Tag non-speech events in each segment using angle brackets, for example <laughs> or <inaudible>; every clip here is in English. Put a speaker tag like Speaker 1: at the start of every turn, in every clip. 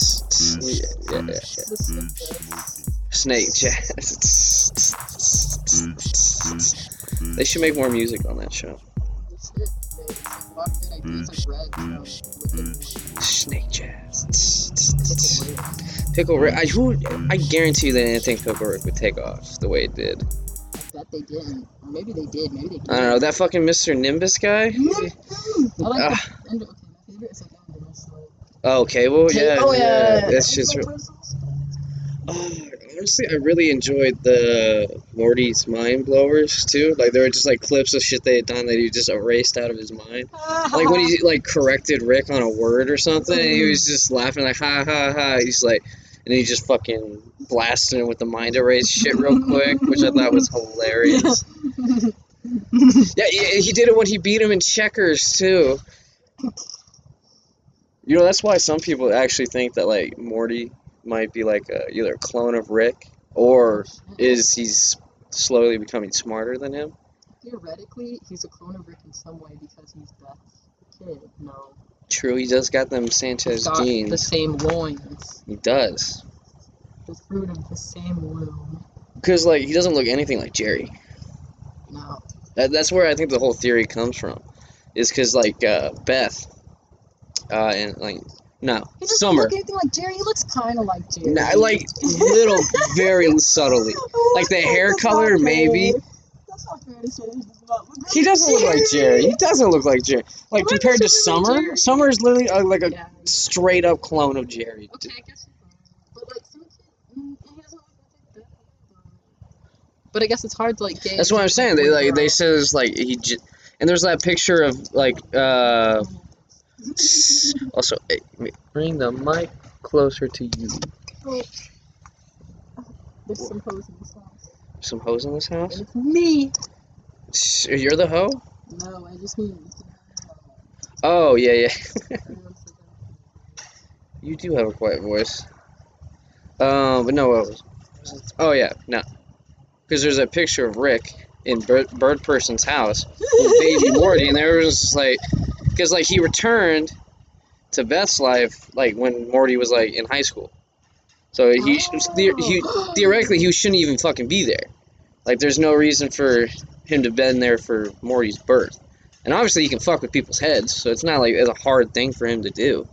Speaker 1: Snake, yeah, yeah, Snake Jazz. <laughs> they should make more music on that show. Snake Jazz. Pickle Rick. I, who, I guarantee you they didn't think Pickle Rick would take off the way it did.
Speaker 2: bet they didn't. Or maybe they did. Maybe they did.
Speaker 1: I don't know. That fucking Mr. Nimbus guy?
Speaker 2: Mm-hmm. I like
Speaker 1: Ah.
Speaker 2: the end. Okay, my favorite is like end of this like-
Speaker 1: Oh, Cable? Yeah.
Speaker 2: Oh yeah.
Speaker 1: That's just. re- Oh, <sighs> honestly, I really enjoyed the Morty's mind blowers too. Like there were just like clips of shit they had done that he just erased out of his mind. Like when he like corrected Rick on a word or something, and he was just laughing like ha ha ha. He's like, and he just fucking blasted him with the mind erase shit real quick, which I thought was hilarious. Yeah, he, he did it when he beat him in checkers too. You know that's why some people actually think that like Morty might be like a, either a clone of Rick or is he's slowly becoming smarter than him.
Speaker 2: Theoretically, he's a clone of Rick in some way because he's Beth's kid. No.
Speaker 1: True, he does got them Sanchez
Speaker 2: Got the
Speaker 1: genes.
Speaker 2: same loins.
Speaker 1: He does.
Speaker 2: The fruit of the same womb.
Speaker 1: Because like he doesn't look anything like Jerry.
Speaker 2: No.
Speaker 1: That, that's where I think the whole theory comes from. Is because like uh, Beth uh, and like no
Speaker 2: He doesn't
Speaker 1: Summer
Speaker 2: look anything like Jerry. He looks kind of like Jerry.
Speaker 1: Nah, like little very subtly. like the hair
Speaker 2: That's not
Speaker 1: color,
Speaker 2: fair.
Speaker 1: maybe.
Speaker 2: That's not fair to say he does not look
Speaker 1: He doesn't look like Jerry. He doesn't look like Jerry. Like
Speaker 2: Why does
Speaker 1: compared
Speaker 2: he
Speaker 1: to
Speaker 2: look like
Speaker 1: Summer,
Speaker 2: Jerry?
Speaker 1: Summer's literally uh, like a
Speaker 2: Yeah.
Speaker 1: straight up clone of Jerry.
Speaker 2: Okay, I guess. But like, some kid- mm, he doesn't look like that. But I guess it's hard to like. Gauge
Speaker 1: That's what I'm saying. They like they said it's like he j- and there's that picture of like uh also eh, wait, bring the mic closer to you.
Speaker 2: There's some hoes in this house.
Speaker 1: Some hoes in this house?
Speaker 2: And it's me.
Speaker 1: Shh, You're the hoe?
Speaker 2: No, I just mean.
Speaker 1: Oh yeah yeah.
Speaker 2: everyone said
Speaker 1: You do have a quiet voice. Um, but no, what was, oh yeah, no, because there's a picture of Rick in Bird, Bird Person's house with
Speaker 2: <laughs>
Speaker 1: baby Morty, and there was just like, because like he returned to Beth's life like when Morty was like in high school, so
Speaker 2: that.
Speaker 1: he, sh the, he
Speaker 2: Oh. <gasps>
Speaker 1: theoretically he shouldn't even fucking be there. Like there's no reason for him to been there for Morty's birth, and obviously he can fuck with people's heads, so it's not like it's a hard thing for him to do.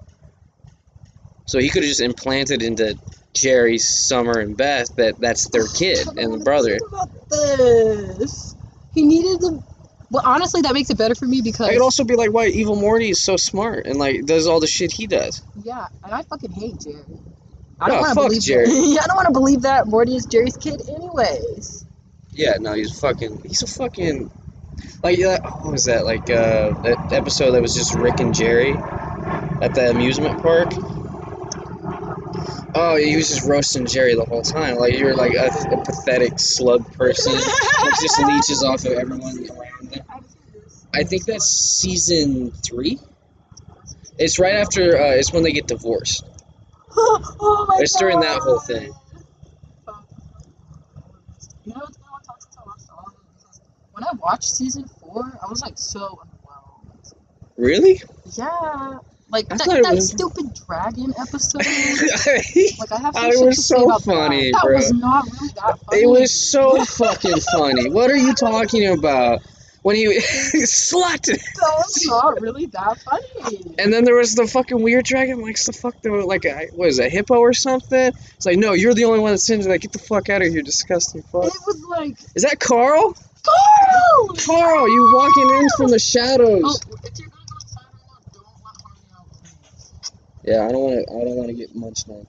Speaker 1: So he could have just implanted into Jerry, Summer, and Beth that that's their kid
Speaker 2: I don't
Speaker 1: and the
Speaker 2: wanna
Speaker 1: brother.
Speaker 2: think about this. He needed the. Well, honestly, that makes it better for me because.
Speaker 1: I could also be like, why evil Morty is so smart and like does all the shit he does.
Speaker 2: Yeah, and I fucking hate Jerry. I don't
Speaker 1: Oh,
Speaker 2: want to
Speaker 1: fuck
Speaker 2: believe <laughs>
Speaker 1: Jerry.
Speaker 2: That. I don't want to believe that Morty is Jerry's kid, anyways.
Speaker 1: Yeah, no, he's fucking. He's a fucking. Like, yeah, oh, what was that? Like, uh, that episode that was just Rick and Jerry at the amusement park? Oh, he was just roasting Jerry the whole time. Like, you're like a, a pathetic slug person that just leeches off of everyone around them. I think that's season three. It's right after. Uh, it's when they get divorced.
Speaker 2: <laughs> oh my
Speaker 1: It's during that whole
Speaker 2: God.
Speaker 1: thing.
Speaker 2: You know what's going on? I watched all of it because when I watched season four, I was like so underwhelmed. <laughs>
Speaker 1: Really?
Speaker 2: Yeah, like
Speaker 1: I
Speaker 2: that,
Speaker 1: thought it
Speaker 2: that
Speaker 1: was-
Speaker 2: stupid dragon episode.
Speaker 1: <laughs> it
Speaker 2: like I have
Speaker 1: Oh,
Speaker 2: some
Speaker 1: it
Speaker 2: shit
Speaker 1: was
Speaker 2: to say
Speaker 1: so
Speaker 2: about
Speaker 1: funny,
Speaker 2: that. That
Speaker 1: bro.
Speaker 2: was not really that funny.
Speaker 1: was so fucking funny. What are you talking about? When he <laughs> slut,
Speaker 2: That was not really that funny.
Speaker 1: and then there was the fucking weird dragon. Like the fuck, there was like a what is it, a hippo or something? It's like no, you're the only one that's into that. Get the fuck out of here, disgusting fuck.
Speaker 2: It was like,
Speaker 1: Is that Carl?
Speaker 2: Carl!
Speaker 1: Carl, you walking in from the shadows?
Speaker 2: Oh, if you're gonna go inside right now, don't let Harvey out. please.
Speaker 1: Yeah, I don't want to. I don't want to get much like.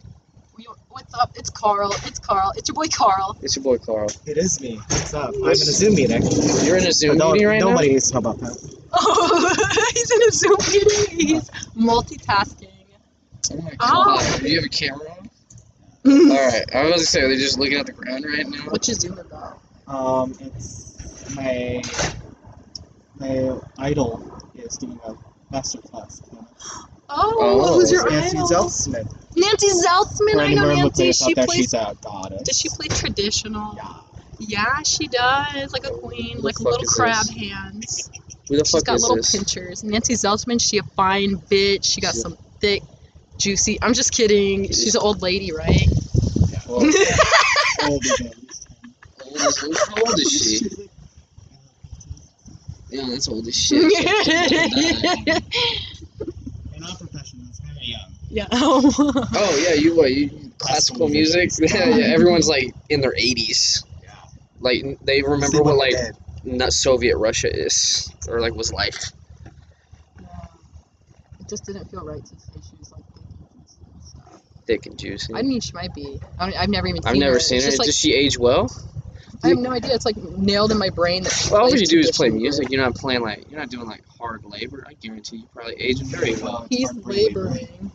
Speaker 2: We- What's up? It's Carl. It's Carl. It's your boy Carl. <laughs>
Speaker 1: It's your boy Carl.
Speaker 3: It is me. What's up? I'm in a Zoom meeting.
Speaker 1: You're in a Zoom
Speaker 3: No-
Speaker 1: meeting right now.
Speaker 3: nobody needs to know about that.
Speaker 2: Oh, he's in a Zoom meeting. He's multitasking.
Speaker 1: Oh my
Speaker 2: Ah.
Speaker 1: god. Do you have a camera on?
Speaker 2: Mm-hmm.
Speaker 1: Alright, I was gonna say, are they just looking at the ground right now?
Speaker 2: What's your Zoom about?
Speaker 3: Um, it's my my idol is doing a master class.
Speaker 2: Oh,
Speaker 1: Oh,
Speaker 2: who's your
Speaker 3: Nancy
Speaker 2: idol?
Speaker 3: Zeltzman.
Speaker 2: Nancy Zeltzman.
Speaker 3: For
Speaker 2: I know
Speaker 3: anyone who
Speaker 2: Nancy.
Speaker 3: plays
Speaker 2: She
Speaker 3: out there,
Speaker 2: plays.
Speaker 3: she's a goddess.
Speaker 2: Does she play traditional?
Speaker 3: Yeah.
Speaker 2: Yeah, she does. Like a
Speaker 1: Who
Speaker 2: queen,
Speaker 1: the
Speaker 2: like
Speaker 1: fuck
Speaker 2: little
Speaker 1: is
Speaker 2: crab
Speaker 1: this?
Speaker 2: hands.
Speaker 1: Who the
Speaker 2: She's
Speaker 1: fuck
Speaker 2: got
Speaker 1: is
Speaker 2: little
Speaker 1: this?
Speaker 2: pinchers. Nancy Zeltzman, she a fine bitch. She got
Speaker 1: She-
Speaker 2: some thick juicy. I'm just kidding. She's an old lady, right?
Speaker 3: Yeah,
Speaker 2: <laughs>
Speaker 1: <laughs>
Speaker 3: well, older than this time.
Speaker 1: Old as- How old is
Speaker 2: <laughs>
Speaker 1: she?
Speaker 3: She's like,
Speaker 1: Yeah, that's old as shit.
Speaker 3: We're not professionals. We're young.
Speaker 2: yeah.
Speaker 1: oh yeah, you what? You classical
Speaker 3: Classical
Speaker 1: music? <laughs>
Speaker 3: music.
Speaker 1: Yeah, yeah. Everyone's like in their eighties.
Speaker 3: Yeah.
Speaker 1: Like n- they remember what like not Soviet Russia is or like was like.
Speaker 2: It just didn't feel right to say she was like. big and stuff.
Speaker 1: Dick and juicy.
Speaker 2: I mean, she might be. I don't, I've never even.
Speaker 1: I've
Speaker 2: seen
Speaker 1: never
Speaker 2: her.
Speaker 1: seen
Speaker 2: It's
Speaker 1: her.
Speaker 2: just, like,
Speaker 1: Does she age well?
Speaker 2: I have no idea. It's like nailed in my brain that. she
Speaker 1: Well, all
Speaker 2: plays
Speaker 1: you do is play
Speaker 2: traditional
Speaker 1: music. You're not playing like you're not doing like hard labor. I guarantee you probably age very well.
Speaker 2: music. He's laboring.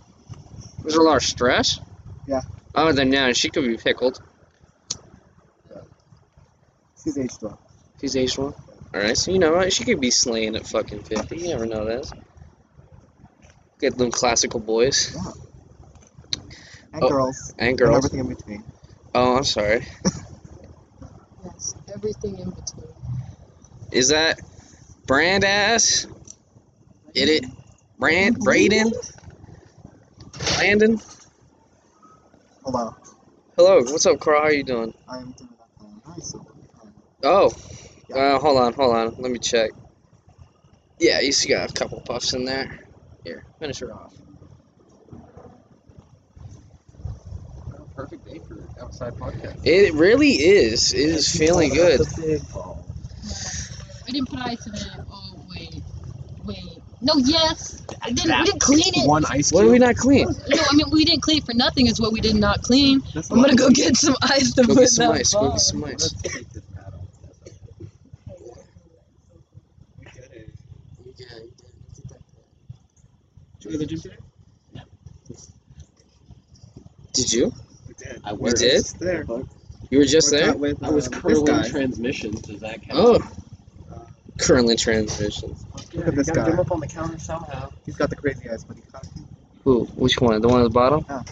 Speaker 1: There's a lot of stress.
Speaker 3: Yeah.
Speaker 1: Oh, then yeah, she could be pickled.
Speaker 3: She's age 12.
Speaker 1: She's aged well. All right, so you know what? She could be slaying at fucking fifty. You never know that. Get them classical boys
Speaker 3: And
Speaker 1: Oh,
Speaker 3: girls.
Speaker 1: and
Speaker 3: And
Speaker 1: girls.
Speaker 3: everything in between.
Speaker 1: Oh, I'm sorry.
Speaker 2: Yes, everything in between.
Speaker 1: Is that brand ass? Get it? Brand Braden? Brandon?
Speaker 3: Hello.
Speaker 1: Hello, what's up, Carl? How you doing?
Speaker 3: I am doing that in high school. Um,
Speaker 1: Oh,
Speaker 3: Yeah.
Speaker 1: uh, hold on, hold on. Let me check. Yeah, you still got a couple puffs in there. Here, finish her off.
Speaker 4: Perfect day for outside podcast.
Speaker 1: It really is. It is feeling good.
Speaker 2: We didn't put ice in it. Oh wait, wait. No, yes. I didn't. We didn't clean it.
Speaker 4: One ice
Speaker 1: What
Speaker 4: cube.
Speaker 1: do we not clean?
Speaker 2: No, I mean we didn't clean it for nothing. Is what we did not clean.
Speaker 3: That's
Speaker 2: I'm gonna go get some ice to
Speaker 1: Go
Speaker 2: put
Speaker 1: get some
Speaker 2: <laughs> in that
Speaker 1: ice. Go
Speaker 2: bun.
Speaker 1: get some ice.
Speaker 4: Let's take this out. We did it.
Speaker 3: Did you go to the gym today?
Speaker 1: Did you?
Speaker 3: We did.
Speaker 4: I
Speaker 1: You did?
Speaker 3: It's there.
Speaker 1: You were just
Speaker 3: Worked
Speaker 1: there?
Speaker 3: out With,
Speaker 4: I was
Speaker 3: um,
Speaker 4: curling
Speaker 3: this guy.
Speaker 4: transmissions. Does that count?
Speaker 1: Oh, currently transmissions.
Speaker 3: Look at this
Speaker 4: gotta get
Speaker 3: guy.
Speaker 4: him up on the counter somehow.
Speaker 3: He's got the crazy eyes, but he's got
Speaker 1: Who? Which one? The one at the bottom?
Speaker 3: Yeah.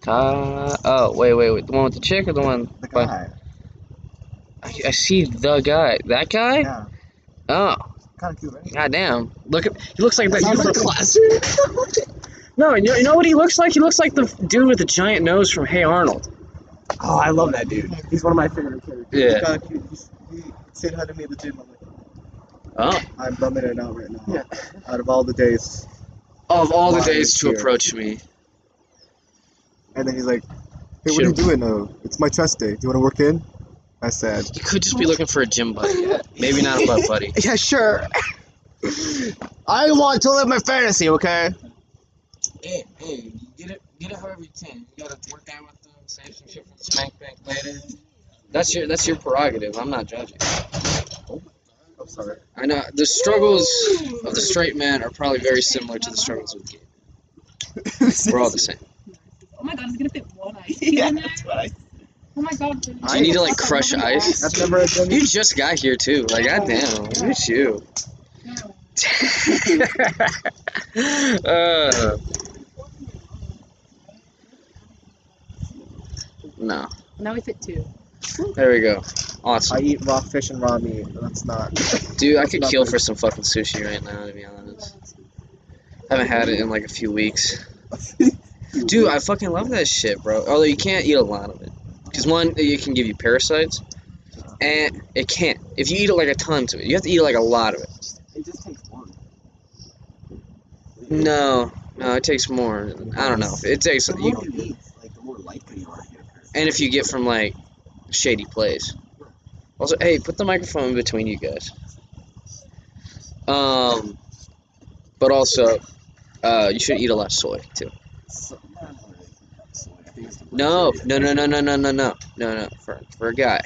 Speaker 1: Ka- oh, wait, wait, wait. The one with the chick or the one?
Speaker 3: the
Speaker 1: But-
Speaker 3: guy.
Speaker 1: I, I see the guy. That guy?
Speaker 3: Yeah.
Speaker 1: Oh,
Speaker 3: Kind of cute, right?
Speaker 1: goddamn. Look at. He looks like that dude from
Speaker 3: Sounds like
Speaker 1: classroom. <laughs> No, you know, you know what he looks like? He looks like the dude with the giant nose from Hey Arnold.
Speaker 4: Oh, I love that dude. He's one of my favorite characters.
Speaker 3: He's
Speaker 1: Yeah.
Speaker 3: kind of cute. He's, he said hi to me at the gym. I'm like,
Speaker 1: Oh.
Speaker 3: I'm bumming it out right now.
Speaker 4: Yeah.
Speaker 3: Out of all the days.
Speaker 1: Of all the
Speaker 3: Why
Speaker 1: days
Speaker 3: is
Speaker 1: to
Speaker 3: here?
Speaker 1: approach me.
Speaker 3: And then he's like, Hey, what are you
Speaker 1: Should've-
Speaker 3: doing though? It's my chest day. Do you want to work in? I said,
Speaker 1: You could just be looking for a gym buddy. Maybe not a butt buddy.
Speaker 4: Yeah, sure. <laughs> I want to live my fantasy, okay?
Speaker 1: Hey, hey, get it, get it however you can. You gotta work out with them, save some shit for the smack bank later. That's your that's your prerogative. I'm not judging.
Speaker 3: I'm
Speaker 4: <laughs>
Speaker 3: sorry.
Speaker 1: I know the struggles of the straight man are probably very similar to the struggles with gay. We're all the same.
Speaker 2: Oh my god, it's gonna fit one
Speaker 1: <laughs>
Speaker 2: ice.
Speaker 4: yeah,
Speaker 2: in there?
Speaker 4: that's <laughs> what I
Speaker 2: Oh my god. Do
Speaker 1: you need to, like, crush ice?
Speaker 3: That's never a gym.
Speaker 1: You just got here too. Like goddamn, look at you. <laughs> uh, no,
Speaker 2: Now we fit two.
Speaker 1: there we go.
Speaker 3: I
Speaker 1: Awesome,
Speaker 3: eat raw fish and raw meat. and That's
Speaker 4: <laughs>
Speaker 3: not.
Speaker 1: dude. I could kill for some fucking sushi right now. To be honest, haven't had it in like a few weeks. Dude, I fucking love that shit, bro. Although you can't eat a lot of it, because one, it can give you parasites, and it can't. If you eat like a ton of it, you have to eat like a lot of it.
Speaker 4: It just takes one.
Speaker 1: No, no, it takes more. I don't know. It takes
Speaker 4: The
Speaker 1: you,
Speaker 4: more you eat, like, the more likely you are to get a parasite.
Speaker 1: and if you get from like shady place. Also, hey, put the microphone in between you guys. Um, but also, uh, you should eat a lot of soy too.
Speaker 4: So- I think it's the
Speaker 1: No,
Speaker 4: bacteria.
Speaker 1: no, no, no, no, no, no, no, no, no. For, for a guy,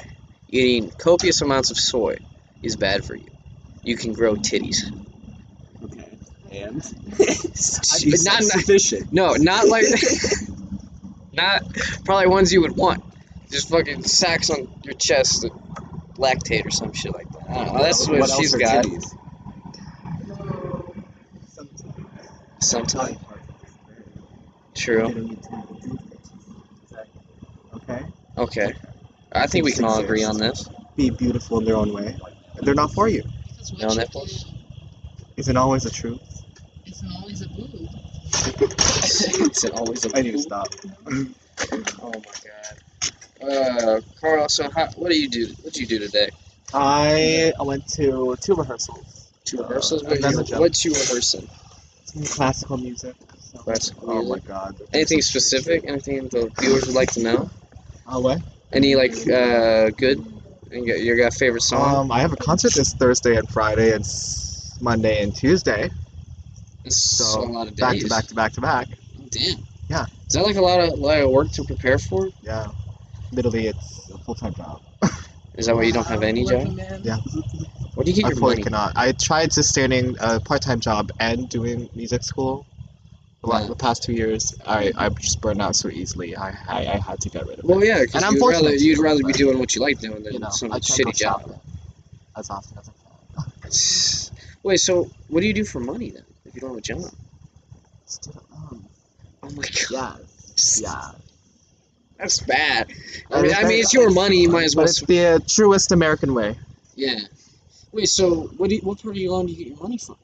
Speaker 1: eating copious amounts of soy is bad for you. You can grow titties.
Speaker 4: Okay. And
Speaker 1: <laughs> But not, not
Speaker 4: sufficient.
Speaker 1: no, not like <laughs> not probably ones you would want. Just fucking sacks on your chest that lactate or some shit like that. I don't know. Oh, That's what,
Speaker 4: else
Speaker 1: she's
Speaker 4: are
Speaker 1: got.
Speaker 4: titties?
Speaker 1: Sometimes.
Speaker 4: They
Speaker 1: True.
Speaker 4: don't get titties.
Speaker 3: Okay.
Speaker 1: Okay. I think we can all agree on this.
Speaker 3: Be beautiful in their own way. And they're not for you.
Speaker 2: Because
Speaker 1: No
Speaker 2: what you
Speaker 1: nipples?
Speaker 2: do
Speaker 3: Isn't always the truth.
Speaker 2: isn't always a boob.
Speaker 3: it's always a
Speaker 5: I need to stop.
Speaker 1: Oh my god. Uh, Carl. So, how, what do you do? What do you do today?
Speaker 5: I went to two rehearsals.
Speaker 1: Two
Speaker 5: Uh,
Speaker 1: rehearsals.
Speaker 5: I've
Speaker 1: What
Speaker 5: done
Speaker 1: you-
Speaker 5: the job.
Speaker 1: what's you rehearsing?
Speaker 5: Some classical music. So.
Speaker 1: Classical
Speaker 3: Oh my
Speaker 1: music.
Speaker 3: god.
Speaker 1: Anything specific? Anything the viewers would like to know?
Speaker 5: Uh, what?
Speaker 1: Any like uh good? You got, you got a favorite song?
Speaker 3: Um, I have a concert this Thursday and Friday and s- Monday and Tuesday.
Speaker 1: It's
Speaker 3: so,
Speaker 1: a lot of
Speaker 3: Back
Speaker 1: days.
Speaker 3: to back to back to back.
Speaker 1: Damn.
Speaker 3: Yeah.
Speaker 1: Is that like a lot of lot of work to prepare for?
Speaker 3: Yeah. Literally, it's a full time job.
Speaker 1: Is that why Oh, you don't have any job?
Speaker 3: Yeah.
Speaker 1: Where do you get
Speaker 3: I
Speaker 1: your
Speaker 3: fully
Speaker 1: money?
Speaker 3: cannot. I tried sustaining a part time job and doing music school. Like
Speaker 1: Yeah.
Speaker 3: the past two years, I I'm just burned out so easily. I I, I had to get rid of
Speaker 1: Well,
Speaker 3: it.
Speaker 1: yeah, because
Speaker 3: And I'm
Speaker 1: you'd
Speaker 3: fortunate
Speaker 1: rather
Speaker 3: to
Speaker 1: you'd
Speaker 3: do it,
Speaker 1: rather be
Speaker 3: but,
Speaker 1: doing what you like doing than
Speaker 3: You know,
Speaker 1: some
Speaker 3: I try to go
Speaker 1: shitty job.
Speaker 3: shopping as often as I can.
Speaker 1: Wait, so what do you do for money then? If you don't have a job?
Speaker 3: Student loans.
Speaker 1: Oh my god,
Speaker 3: Yes. Yeah.
Speaker 1: <laughs> that's bad. I
Speaker 3: And
Speaker 1: mean,
Speaker 3: it's
Speaker 1: I mean,
Speaker 3: very-
Speaker 1: it's your money. You might as well.
Speaker 3: But it's the uh, truest American way.
Speaker 1: Yeah. Wait, so what do you, what part of your loan do you get your money from?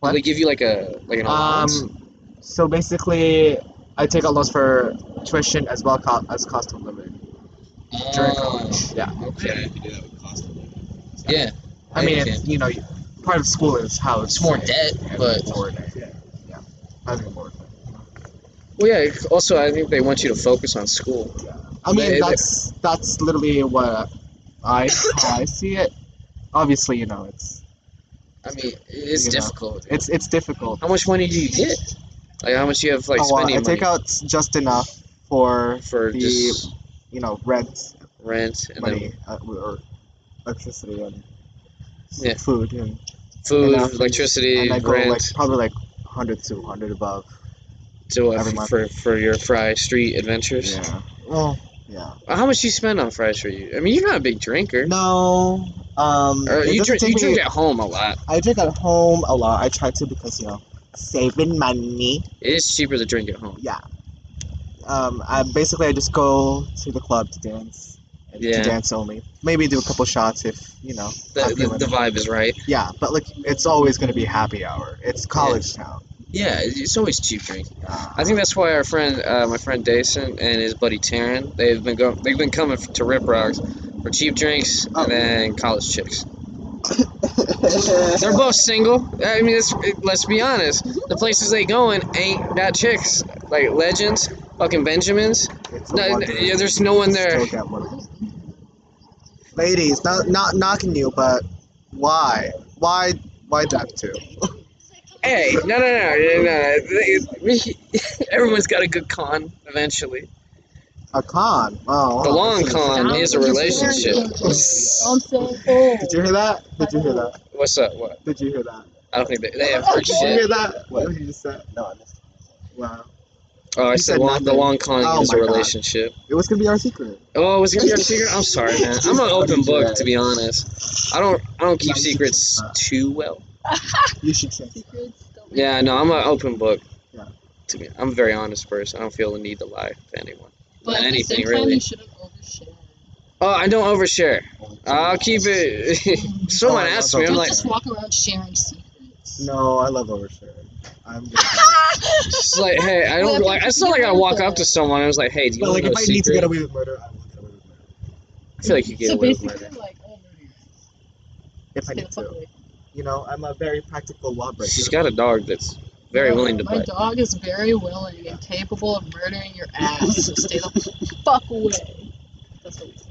Speaker 3: What?
Speaker 1: Do they give you like a like an allowance?
Speaker 3: Um, so basically, I take out loans for tuition as well co- as cost of living. during
Speaker 1: Oh,
Speaker 3: college, yeah.
Speaker 1: Okay.
Speaker 5: you do that with cost of living.
Speaker 1: Yeah.
Speaker 3: I mean, it's, you know, part of school is how
Speaker 1: It's more debt, but
Speaker 3: board. Yeah, yeah, housing board.
Speaker 1: well, yeah. Also, I think they want you to focus on school.
Speaker 3: I mean,
Speaker 1: They- they-
Speaker 3: that's that's literally what I how I see it. Obviously, you know, it's
Speaker 1: I mean, it's
Speaker 3: You know,
Speaker 1: difficult.
Speaker 3: it's it's difficult.
Speaker 1: how much money do you get? Like how much you have like
Speaker 3: oh, well, I
Speaker 1: spending money
Speaker 3: take out just enough for
Speaker 1: for
Speaker 3: the-
Speaker 1: just
Speaker 3: you know rent,
Speaker 1: rent and
Speaker 3: money,
Speaker 1: then
Speaker 3: uh, or electricity and
Speaker 1: Yeah.
Speaker 3: food and
Speaker 1: food,
Speaker 3: and after-
Speaker 1: electricity,
Speaker 3: and I go
Speaker 1: rent.
Speaker 3: like probably like 100 to 100 above.
Speaker 1: So uh,
Speaker 3: Every
Speaker 1: f-
Speaker 3: month.
Speaker 1: for for your Fry Street adventures.
Speaker 3: Well, Oh, yeah.
Speaker 1: How much you spend on Fry Street? I mean, you're not a big drinker.
Speaker 3: No. Um.
Speaker 1: Or
Speaker 3: it
Speaker 1: Uh, you
Speaker 3: doesn't
Speaker 1: drink, you
Speaker 3: take
Speaker 1: drink
Speaker 3: me-
Speaker 1: at home a lot.
Speaker 3: I drink at home a lot. I try to because you know saving money.
Speaker 1: It is cheaper to drink at home.
Speaker 3: Yeah. Um. I basically I just go to the club to dance. and
Speaker 1: Yeah.
Speaker 3: To dance only. Maybe do a couple shots if you know.
Speaker 1: The,
Speaker 3: I'm
Speaker 1: the,
Speaker 3: feeling
Speaker 1: the
Speaker 3: it.
Speaker 1: vibe is right.
Speaker 3: Yeah, but like it's always gonna be happy hour. It's college town.
Speaker 1: Yeah, it's always cheap drinking.
Speaker 3: Yeah.
Speaker 1: <laughs> I think that's why our friend, uh, my friend Dason and his buddy Taryn, they've been going, they've been coming to Rip Rocks for cheap drinks
Speaker 3: Oh.
Speaker 1: and then college chicks. They're both single. I mean, it's, it- let's be honest. The places they going ain't got chicks. Like Legends, fucking Benjamins.
Speaker 3: It's a
Speaker 1: No,
Speaker 3: wonder
Speaker 1: yeah, there's no one
Speaker 3: you
Speaker 1: there.
Speaker 3: still get one. Ladies, not not knocking you, but why? Why? Why that too?
Speaker 1: Hey, no, no, no, no, no. no. They- we- <laughs> Everyone's got a good con eventually.
Speaker 3: A con? Oh,
Speaker 1: The
Speaker 3: wow,
Speaker 1: long
Speaker 3: this is-
Speaker 1: con is a relationship. <laughs>
Speaker 2: I'm saying, oh.
Speaker 3: Did you hear that? Did you hear that?
Speaker 1: What's up? What?
Speaker 3: Did you hear that?
Speaker 1: I don't think they, they have heard
Speaker 3: Did you hear
Speaker 1: shit.
Speaker 3: that? What did you just say? No, I missed. it. Wow.
Speaker 1: Oh, I
Speaker 3: You
Speaker 1: said
Speaker 3: said
Speaker 1: long, the
Speaker 3: nothing.
Speaker 1: long con
Speaker 3: Oh
Speaker 1: is a
Speaker 3: my God.
Speaker 1: relationship.
Speaker 3: It was gonna be our secret.
Speaker 1: Oh, was it gonna be a secret? I'm sorry, man. I'm an open book
Speaker 3: Yeah.
Speaker 1: to be honest. I don't I don't keep
Speaker 3: Nice.
Speaker 1: secrets too well.
Speaker 3: You should say.
Speaker 2: Secrets don't matter.
Speaker 1: Yeah, no, I'm an open book.
Speaker 3: Yeah.
Speaker 1: To be, I'm a very honest person. I don't feel the need to lie to anyone.
Speaker 2: But
Speaker 1: Not
Speaker 2: at the
Speaker 1: anything
Speaker 2: same time,
Speaker 1: really.
Speaker 2: you shouldn't overshare.
Speaker 1: Oh, I don't overshare. I'll keep it. <laughs> Someone
Speaker 3: Oh, I
Speaker 1: asked
Speaker 3: love
Speaker 1: me. I'm
Speaker 2: Don't
Speaker 1: like,
Speaker 2: just walk around sharing secrets. <laughs>
Speaker 3: No, I love oversharing. I'm. Good.
Speaker 1: It's like, hey, I don't
Speaker 2: Well,
Speaker 1: like. It's not like I walk up to someone. I was like, hey, do you
Speaker 3: but
Speaker 1: want
Speaker 3: like,
Speaker 1: to know
Speaker 3: if
Speaker 1: a
Speaker 3: I need to
Speaker 1: secret?
Speaker 3: get away with murder, I will get away with murder.
Speaker 1: I feel like you get
Speaker 2: so
Speaker 1: away with
Speaker 2: basically,
Speaker 1: murder.
Speaker 2: like, oh, murder.
Speaker 3: If I
Speaker 2: Stay
Speaker 3: need
Speaker 2: the fuck
Speaker 3: to.
Speaker 2: away.
Speaker 3: You know, I'm a very practical lawbreaker.
Speaker 1: She's got a dog that's very
Speaker 2: No,
Speaker 1: willing to
Speaker 2: My
Speaker 1: bite.
Speaker 2: dog is very willing and capable of murdering your ass. so stay the <laughs> fuck away. That's what we say.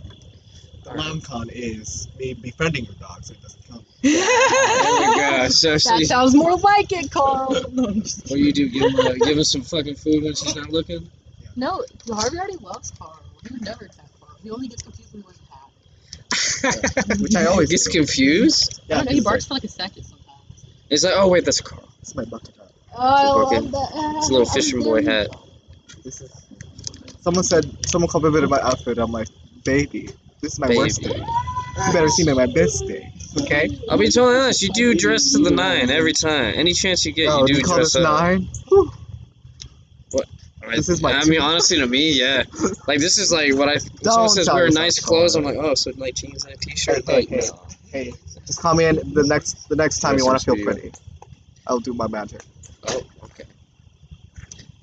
Speaker 3: The long con is me befriending your dog so it doesn't kill me.
Speaker 1: <laughs>
Speaker 2: <laughs>
Speaker 1: Oh my gosh, so
Speaker 2: That
Speaker 1: she,
Speaker 2: sounds more like
Speaker 1: <laughs>
Speaker 2: it, Carl. No, I'm just
Speaker 1: what do you do? Give him, uh, give him some fucking food when she's not looking.
Speaker 2: No, Harvey already loves Carl. He would never attack Carl. He only gets confused when he was attacked.
Speaker 3: Which I always
Speaker 1: Gets
Speaker 3: do.
Speaker 1: confused.
Speaker 2: I don't know, he
Speaker 3: it's like-
Speaker 2: barks for like a second sometimes.
Speaker 1: He's like, oh wait, that's Carl.
Speaker 3: It's my bucket hat.
Speaker 2: Oh, I
Speaker 1: love Okay.
Speaker 2: that.
Speaker 1: It's a little fishing boy hat.
Speaker 3: This is. Someone said someone complimented my outfit. I'm like, baby, this is my worst
Speaker 1: Baby.
Speaker 3: day. You better see me my best day. Okay.
Speaker 1: I'll be totally honest. You do dress to the nine every time. Any chance you get,
Speaker 3: Oh,
Speaker 1: you do
Speaker 3: you call
Speaker 1: dress
Speaker 3: this
Speaker 1: up.
Speaker 3: nine?
Speaker 1: I-
Speaker 3: This is my
Speaker 1: I
Speaker 3: two.
Speaker 1: mean, honestly, to me, yeah. Like this is like what I. when someone
Speaker 3: Don't
Speaker 1: says
Speaker 3: tell
Speaker 1: wear
Speaker 3: yourself
Speaker 1: nice clothes. I'm
Speaker 3: so.
Speaker 1: like, oh, so like jeans and a t-shirt.
Speaker 3: Hey, hey,
Speaker 1: like,
Speaker 3: hey.
Speaker 1: no.
Speaker 3: Hey, just call me in the next the next time
Speaker 1: Yes,
Speaker 3: you want
Speaker 1: that's
Speaker 3: to feel
Speaker 1: me.
Speaker 3: pretty. I'll do my magic.
Speaker 1: Oh, okay.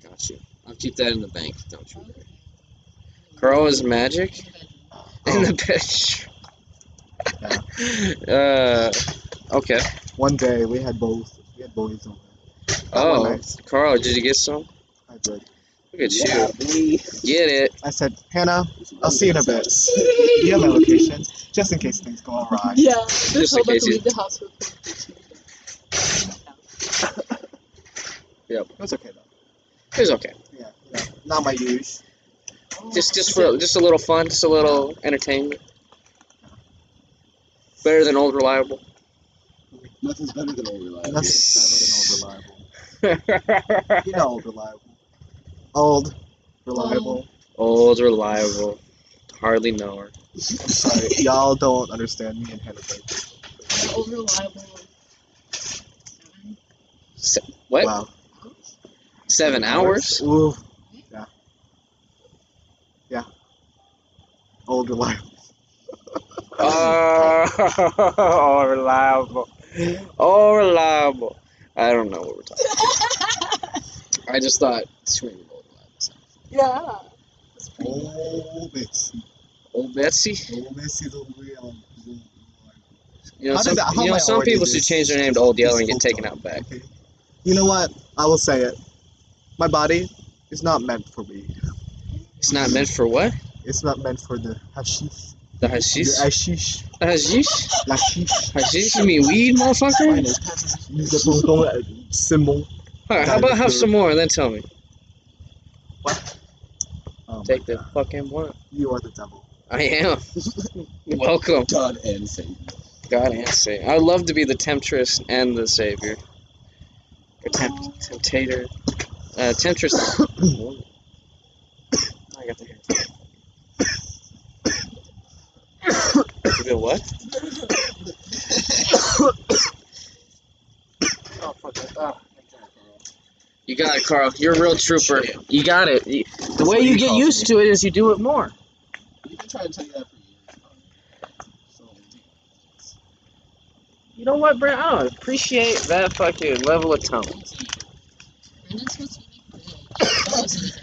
Speaker 1: Got you. I'll keep that in the bank. Don't you worry. Corolla's magic in the picture. uh, okay.
Speaker 3: One day we had both. We had boys over.
Speaker 1: Oh,
Speaker 3: nice.
Speaker 1: Carl, did you get some?
Speaker 3: I did.
Speaker 1: Look at
Speaker 6: Yeah,
Speaker 1: you.
Speaker 6: boy.
Speaker 1: Get it.
Speaker 3: I said, Hannah, I'll see you in a bit. <laughs> You have my location, just in case things go awry.
Speaker 2: Yeah,
Speaker 1: in
Speaker 2: just hold up
Speaker 1: case
Speaker 2: to
Speaker 1: you-
Speaker 2: leave the house real quick.
Speaker 3: It was okay though.
Speaker 1: It was okay.
Speaker 3: Yeah, yeah. Not my use.
Speaker 1: Just, just for, just a little fun, just a little entertainment. Better than old reliable. <laughs>
Speaker 6: Nothing's better than old reliable.
Speaker 3: Nothing's better than
Speaker 1: <laughs>
Speaker 3: old reliable.
Speaker 1: old
Speaker 3: You know old reliable. Old reliable.
Speaker 1: reliable. Hardly know her.
Speaker 3: I'm sorry, y'all don't understand me and Hannah. Baker.
Speaker 2: Old reliable. Seven.
Speaker 1: What?
Speaker 3: Wow.
Speaker 1: Seven hours?
Speaker 3: Ooh. Yeah. Yeah. Old reliable.
Speaker 1: <laughs> Oh, all reliable. All reliable. I don't know what we're talking about. <laughs> I just thought screaming old reliable.
Speaker 2: yeah. That's pretty good.
Speaker 3: Old Betsy.
Speaker 1: Old Betsy?
Speaker 3: Old Betsy the real. old reliable.
Speaker 1: You know,
Speaker 3: How
Speaker 1: some,
Speaker 3: did that- how
Speaker 1: you know,
Speaker 3: am I
Speaker 1: some
Speaker 3: already
Speaker 1: people should
Speaker 3: this-
Speaker 1: change their name to Old Yeller
Speaker 3: this
Speaker 1: and get
Speaker 3: fucked
Speaker 1: taken
Speaker 3: up?
Speaker 1: out back.
Speaker 3: Okay. You know what? I will say it. My body is not meant for weed.
Speaker 1: It's not meant for what?
Speaker 3: It's not meant for the hashish.
Speaker 1: The hashish?
Speaker 3: The hashish.
Speaker 1: The hashish?
Speaker 3: La chiche.
Speaker 1: Hashish? You mean weed, motherfucker?
Speaker 6: Mine is peasants.
Speaker 3: Nous apportons euh, ce mot.
Speaker 1: Alright, how about have some more and then tell me?
Speaker 3: Oh my
Speaker 1: Take the
Speaker 3: God.
Speaker 1: fucking one.
Speaker 3: You are the devil.
Speaker 1: I am. <laughs> Welcome.
Speaker 6: God and Satan.
Speaker 1: God and Savior. I'd love to be the temptress and the savior. Or temp- temptator. Uh, temptress. <coughs> Whoa. I got the hair. <coughs> You go what?
Speaker 6: Oh, fuck that. Oh, thank God, Carl.
Speaker 1: You got it, Carl. You're a real trooper. You got it. You- the way
Speaker 6: what
Speaker 1: you
Speaker 6: he
Speaker 1: get
Speaker 6: calls
Speaker 1: used
Speaker 6: me.
Speaker 1: to it is you do it more.
Speaker 6: We've been trying to tell you that for years. Carl. So,
Speaker 1: You know what, Brent? I don't appreciate that fucking level of tone.
Speaker 6: don't say it.
Speaker 2: Brandon's supposed to be rich.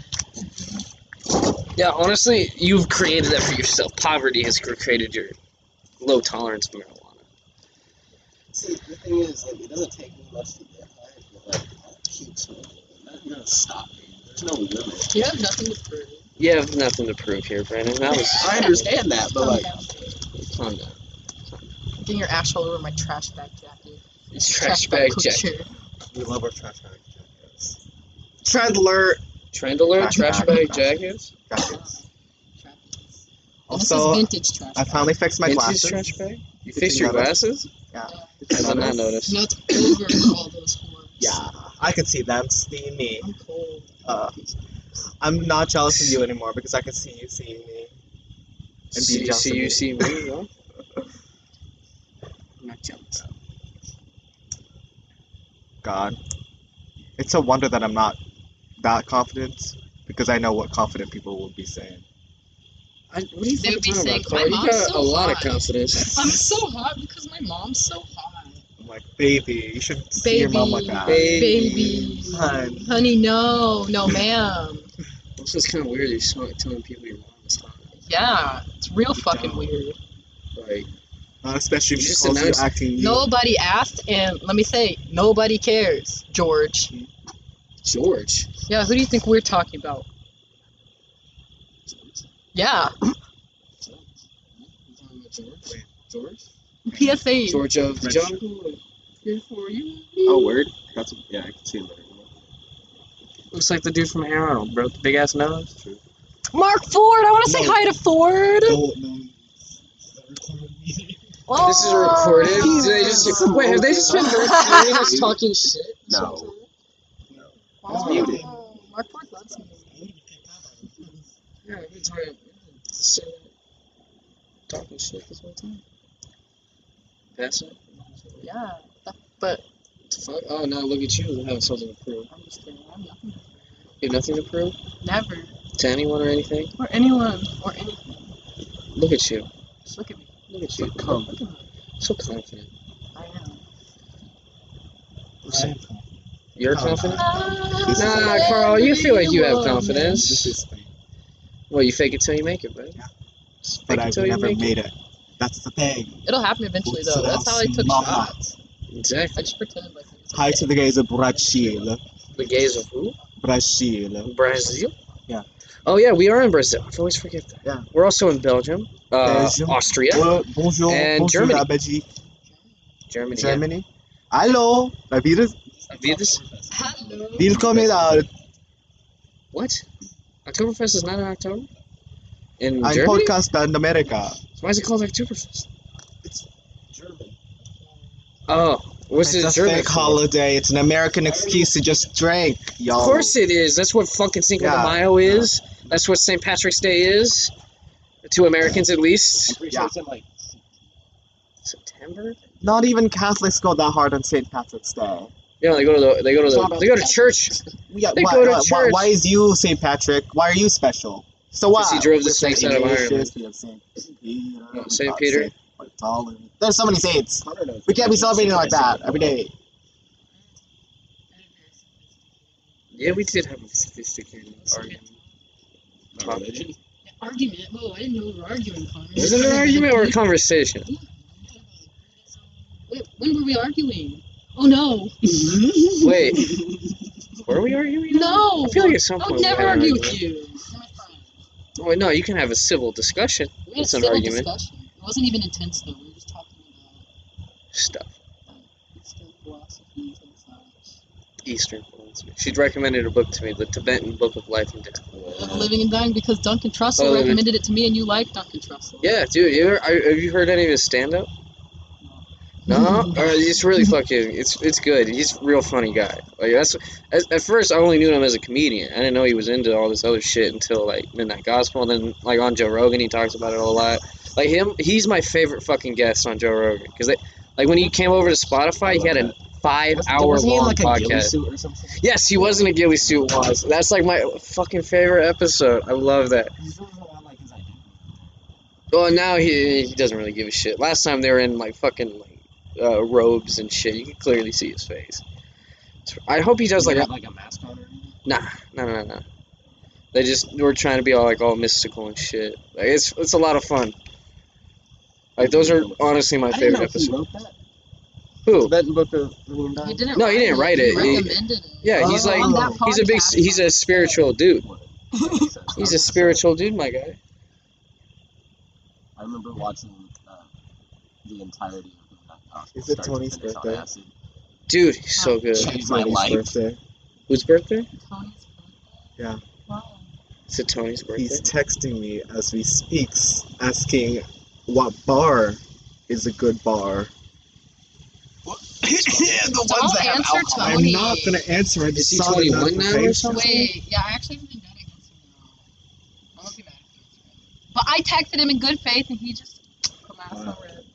Speaker 1: Yeah, honestly, you've created that for yourself. Poverty has created your low tolerance for marijuana.
Speaker 6: See, the thing is, like, it doesn't take me much to get high, but, like, I'll keep smoking. I'm not gonna stop me. There's no limit.
Speaker 2: You have nothing to prove.
Speaker 1: You have nothing to prove here, Brandon. That was
Speaker 6: I understand that, but,
Speaker 2: Calm
Speaker 6: like,
Speaker 2: down.
Speaker 3: <laughs>
Speaker 1: calm down.
Speaker 2: I'm getting your ash all over my trash bag jacket.
Speaker 1: It's trash bag jack.
Speaker 2: culture.
Speaker 3: We love our trash bag jackets. Trend alert.
Speaker 1: Trendler,
Speaker 3: Trash
Speaker 1: trash
Speaker 3: bag.
Speaker 1: bag jackets.
Speaker 3: Jackets.
Speaker 2: Trappies. And this is
Speaker 3: Also,
Speaker 2: vintage trash.
Speaker 3: I
Speaker 2: bag.
Speaker 3: finally fixed my
Speaker 1: Vintage
Speaker 3: glasses.
Speaker 1: trash bag. You
Speaker 3: Did
Speaker 1: fixed
Speaker 3: you
Speaker 1: your
Speaker 3: notice?
Speaker 1: glasses?
Speaker 3: Did
Speaker 1: I
Speaker 3: you
Speaker 1: did not
Speaker 3: notice?
Speaker 1: notice.
Speaker 2: No, it's over all those horns.
Speaker 3: Yeah, I could see them seeing me.
Speaker 2: I'm cold.
Speaker 3: Uh, I'm not jealous of you anymore because I can see you seeing me. And
Speaker 1: See,
Speaker 3: be jealous
Speaker 1: see
Speaker 3: of
Speaker 1: you,
Speaker 3: me.
Speaker 1: see me.
Speaker 3: <laughs>
Speaker 1: Huh?
Speaker 2: I'm not jealous.
Speaker 3: God. It's a wonder that I'm not that confident because I know what confident people would be saying.
Speaker 1: I, what are you
Speaker 2: They
Speaker 1: fucking
Speaker 2: would be
Speaker 1: talking
Speaker 2: saying,
Speaker 1: about, Carl?
Speaker 2: "My
Speaker 1: You got
Speaker 2: mom's
Speaker 1: a
Speaker 2: so
Speaker 1: lot of
Speaker 2: hot."
Speaker 1: confidence.
Speaker 2: <laughs> I'm so hot because my mom's so hot.
Speaker 3: I'm like, baby, you should see your mom like
Speaker 2: Baby.
Speaker 1: <laughs>
Speaker 3: that.
Speaker 1: Baby.
Speaker 2: Baby.
Speaker 3: Hun.
Speaker 2: Honey, no. No, ma'am.
Speaker 1: This is kind of weird. You're so- telling people your mom is hot.
Speaker 2: Yeah, it's real fucking
Speaker 3: Dumb.
Speaker 2: weird.
Speaker 1: Like,
Speaker 3: Not especially if
Speaker 1: You
Speaker 3: she
Speaker 1: just
Speaker 3: calls you
Speaker 1: announced-
Speaker 3: acting new.
Speaker 2: Nobody asked, and let me say, nobody cares, George.
Speaker 1: George.
Speaker 2: Yeah, who do you think we're talking about?
Speaker 1: George?
Speaker 2: Yeah,
Speaker 1: George? You talking about George? George?
Speaker 2: PSA.
Speaker 1: George of the
Speaker 3: Rich.
Speaker 1: Jungle. Here for you.
Speaker 6: Oh, word? That's, yeah, I can see it later.
Speaker 1: Looks like the dude from Arnold, bro. Big ass nose.
Speaker 6: It's true.
Speaker 2: Mark Ford. I want to say
Speaker 3: No.
Speaker 2: hi to Ford.
Speaker 3: Don't know. Is that recorded?
Speaker 1: This is recorded. Do
Speaker 2: Oh.
Speaker 1: they just, wait, have they just <laughs> been hearing us talking shit?
Speaker 6: No.
Speaker 2: Wow.
Speaker 6: muted.
Speaker 2: Mark Ford loves me.
Speaker 1: Yeah, we've been talking, shit, talking shit this whole time. Pass it.
Speaker 2: Yeah, but
Speaker 1: Fuck. Oh, now look at you having something to prove.
Speaker 2: I'm just kidding. I'm nothing.
Speaker 1: You have nothing to prove
Speaker 2: Never.
Speaker 1: to anyone or anything.
Speaker 2: Or anyone. Or anything.
Speaker 1: Look at you.
Speaker 2: Just look at me.
Speaker 1: Look at you.
Speaker 6: Come.
Speaker 2: Look at me.
Speaker 1: So confident.
Speaker 2: I am.
Speaker 3: Right.
Speaker 1: You're
Speaker 3: Oh,
Speaker 1: confident?
Speaker 3: This is
Speaker 1: Nah,
Speaker 3: like-
Speaker 1: Carl, you feel like you have
Speaker 3: This
Speaker 1: confidence.
Speaker 3: is thing.
Speaker 1: Well, you fake it till you make it, right?
Speaker 3: Yeah.
Speaker 1: Just fake
Speaker 3: But
Speaker 1: it
Speaker 3: I've
Speaker 1: till you
Speaker 3: never
Speaker 1: make it.
Speaker 3: made it. That's the thing.
Speaker 2: It'll happen eventually, though. That's how I took
Speaker 3: Mama.
Speaker 2: shots. I
Speaker 1: Exactly.
Speaker 2: just pretended like it was
Speaker 3: Hi
Speaker 2: okay.
Speaker 3: to the guys of Brazil.
Speaker 1: The gays of who?
Speaker 3: Brazil.
Speaker 1: Brazil?
Speaker 3: Yeah.
Speaker 1: Oh, yeah, we are in Brazil. I always forget that.
Speaker 4: Yeah.
Speaker 1: We're also in Belgium, uh,
Speaker 3: Belgium.
Speaker 1: Austria,
Speaker 3: Well, bonjour,
Speaker 1: And
Speaker 3: bonjour,
Speaker 1: Germany.
Speaker 3: Abaji.
Speaker 1: Germany. yeah.
Speaker 4: Germany. Hello, my beer is
Speaker 1: Be this-
Speaker 2: Hello.
Speaker 3: Willkommen out.
Speaker 1: What? Oktoberfest is not in October? In
Speaker 3: Ein
Speaker 1: Germany?
Speaker 3: Podcast in America.
Speaker 1: Why is it called Oktoberfest?
Speaker 6: German.
Speaker 1: Oh, what's it
Speaker 3: it's a
Speaker 1: in German?
Speaker 3: fake
Speaker 1: for?
Speaker 3: holiday. It's an American excuse to just drink, y'all.
Speaker 1: Of course it is. That's what fucking Cinco
Speaker 3: Yeah,
Speaker 1: de Mayo is. That's what St. Patrick's Day is. To Americans, at
Speaker 6: I'm
Speaker 1: least.
Speaker 6: pretty
Speaker 3: Yeah.
Speaker 6: sure it's in like
Speaker 1: September.
Speaker 4: Not even Catholics go that hard on St. Patrick's Day.
Speaker 1: Yeah, they go to the, they go to
Speaker 6: It's not
Speaker 1: the,
Speaker 6: about
Speaker 1: they go to
Speaker 6: the
Speaker 1: church.
Speaker 3: Yeah,
Speaker 1: They
Speaker 3: why,
Speaker 1: go to
Speaker 3: why, why,
Speaker 1: church.
Speaker 3: why is you St. Patrick? Why are you special? So why?
Speaker 1: 'Cause he drove the
Speaker 3: We're Saint
Speaker 1: snakes out of
Speaker 3: Ignatius,
Speaker 1: Ireland.
Speaker 3: we have Saint Peter,
Speaker 1: Yeah,
Speaker 3: we
Speaker 1: Saint
Speaker 3: got
Speaker 1: Peter.
Speaker 3: Saint Bartholomew. There's so many saints.
Speaker 6: part of
Speaker 3: We can't be celebrating like that every day.
Speaker 1: Yeah, we did have a sophisticated argument.
Speaker 6: About religion.
Speaker 2: Argument? Whoa, I didn't know we were arguing, Connor.
Speaker 1: Was it an argument or a conversation?
Speaker 2: Wait, when were we arguing? Oh no!
Speaker 1: Wait, were we arguing?
Speaker 2: No!
Speaker 1: I feel like at some
Speaker 2: I
Speaker 1: point
Speaker 2: would
Speaker 1: we
Speaker 2: never
Speaker 1: had an
Speaker 2: argue
Speaker 1: argument.
Speaker 2: with you.
Speaker 1: Oh, wait, no, you can have a civil discussion.
Speaker 2: We had
Speaker 1: It's
Speaker 2: a
Speaker 1: an
Speaker 2: civil
Speaker 1: argument.
Speaker 2: discussion. It wasn't even intense though. We were just talking about
Speaker 1: Stuff.
Speaker 2: Eastern philosophies and such.
Speaker 1: Eastern philosophy. She'd recommended a book to me, the Tibetan Book of Life and Death.
Speaker 2: Of living and dying because Duncan Trussell
Speaker 1: Oh, yeah.
Speaker 2: recommended it to me and you like Duncan Trussell.
Speaker 1: Yeah, dude, you ever, are, have you heard any of his stand up?
Speaker 6: <laughs>
Speaker 1: No, Or Uh-huh. it's really fucking. It's it's good. He's a real funny guy. Like that's at, at first I only knew him as a comedian. I didn't know he was into all this other shit until like Midnight Gospel. And then like on Joe Rogan, he talks about it a lot. Like him, he's my favorite fucking guest on Joe Rogan because like when he came over to Spotify, he had a five hour
Speaker 6: Wasn't he in
Speaker 1: long
Speaker 6: like a ghillie
Speaker 1: podcast.
Speaker 6: suit or something?
Speaker 1: Yes, he was in a ghillie suit once. That's like my fucking favorite episode. I love that.
Speaker 6: He's really around like his identity.
Speaker 1: Well, now he, he doesn't really give a shit. Last time they were in like fucking like uh, robes and shit. You can clearly see his face. It's- I hope he does
Speaker 6: Does
Speaker 1: like a,
Speaker 6: have like a mask on or anything?
Speaker 1: nah, no, no, no. They just were trying to be all like all mystical and shit. Like it's it's a lot of fun. Like those are honestly my
Speaker 6: I didn't know
Speaker 1: favorite
Speaker 6: he
Speaker 1: episodes.
Speaker 6: wrote that.
Speaker 1: Who?
Speaker 4: Tibetan book of
Speaker 2: He didn't
Speaker 1: No, he didn't write it. He-
Speaker 2: recommended it.
Speaker 1: Yeah, he's
Speaker 4: Oh.
Speaker 1: like
Speaker 2: On that
Speaker 1: he's a big
Speaker 2: podcast,
Speaker 1: he's
Speaker 2: Connor
Speaker 1: a
Speaker 2: said.
Speaker 1: spiritual dude.
Speaker 6: Makes sense.
Speaker 1: He's a spiritual dude, my guy.
Speaker 6: I remember watching uh, the entirety of the Night Gospel
Speaker 4: Is it
Speaker 6: start to
Speaker 4: Tony's
Speaker 6: finish on
Speaker 4: birthday?
Speaker 6: acid.
Speaker 1: Dude, he's so good.
Speaker 6: Changed my life.
Speaker 4: birthday.
Speaker 1: Whose birthday?
Speaker 2: Tony's birthday.
Speaker 4: Yeah.
Speaker 2: Wow.
Speaker 1: Is it Tony's birthday?
Speaker 4: He's texting me as we speaks, asking what bar is a good bar.
Speaker 2: <laughs>
Speaker 6: the
Speaker 2: Don't ones that have answer alcohol. Tony.
Speaker 4: I'm not gonna answer it.
Speaker 1: Is he
Speaker 4: Saw the
Speaker 1: 21 now or
Speaker 4: notification.
Speaker 1: something?
Speaker 2: Wait, yeah, I actually haven't been mad at him since now. I won't be mad at him. But I texted him in good faith, and he just put my ass
Speaker 4: Wow.
Speaker 2: over it.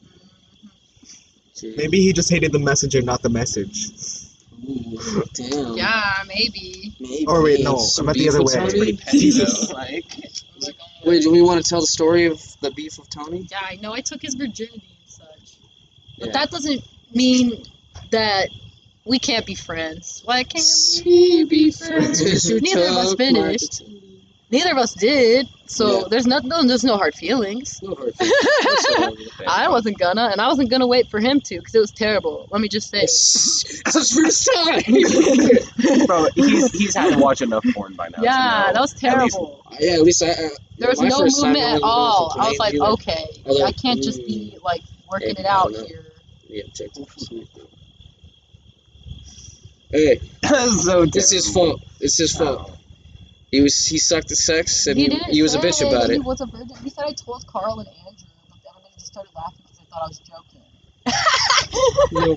Speaker 2: Mhm.
Speaker 4: Maybe he just hated the messenger, not the message.
Speaker 1: Ooh, damn.
Speaker 2: Mm-hmm. Yeah, maybe.
Speaker 1: Maybe.
Speaker 4: Or wait, no,
Speaker 1: Some
Speaker 4: I'm at the
Speaker 1: beef
Speaker 4: other
Speaker 1: with
Speaker 4: way.
Speaker 1: Tony? <laughs>
Speaker 6: Jesus. like,
Speaker 2: I'm like, oh my
Speaker 1: Wait, do we want to tell the story of the beef of Tony?
Speaker 2: Yeah, I know I took his virginity and such. But
Speaker 1: Yeah.
Speaker 2: that doesn't mean that we can't be friends. Why can't we?
Speaker 1: be
Speaker 2: friends? Neither of us finished. Neither of us did, so
Speaker 1: Yeah.
Speaker 2: there's not, no, there's no hard feelings.
Speaker 1: No hard feelings whatsoever.
Speaker 2: <laughs> I wasn't gonna, and I wasn't gonna wait for him to, because it was terrible. Let me just say.
Speaker 1: That's first time. <laughs>
Speaker 6: bro, he's he's had to watch enough porn by now. to
Speaker 2: Yeah, that
Speaker 6: know.
Speaker 2: was terrible.
Speaker 1: yeah, at least I. I
Speaker 2: There was
Speaker 1: my
Speaker 2: no
Speaker 1: first time,
Speaker 2: movement
Speaker 1: I wasn't really
Speaker 2: at all. I was like, oh.
Speaker 1: complaining either.
Speaker 2: okay,
Speaker 1: I was
Speaker 2: I
Speaker 1: like,
Speaker 2: can't just be like
Speaker 1: Mm-hmm.
Speaker 2: working
Speaker 1: Yeah,
Speaker 2: it out
Speaker 1: no.
Speaker 2: here.
Speaker 1: Yeah, check this. Hey,
Speaker 6: That's <laughs> so
Speaker 1: it's his fault. It's his fault. He was he sucked at sex and he,
Speaker 2: didn't
Speaker 1: he was a bitch
Speaker 2: say
Speaker 1: about
Speaker 2: that
Speaker 1: it.
Speaker 2: He was a virgin. He said I told Carl and Andrew, but everybody just started laughing because they thought I was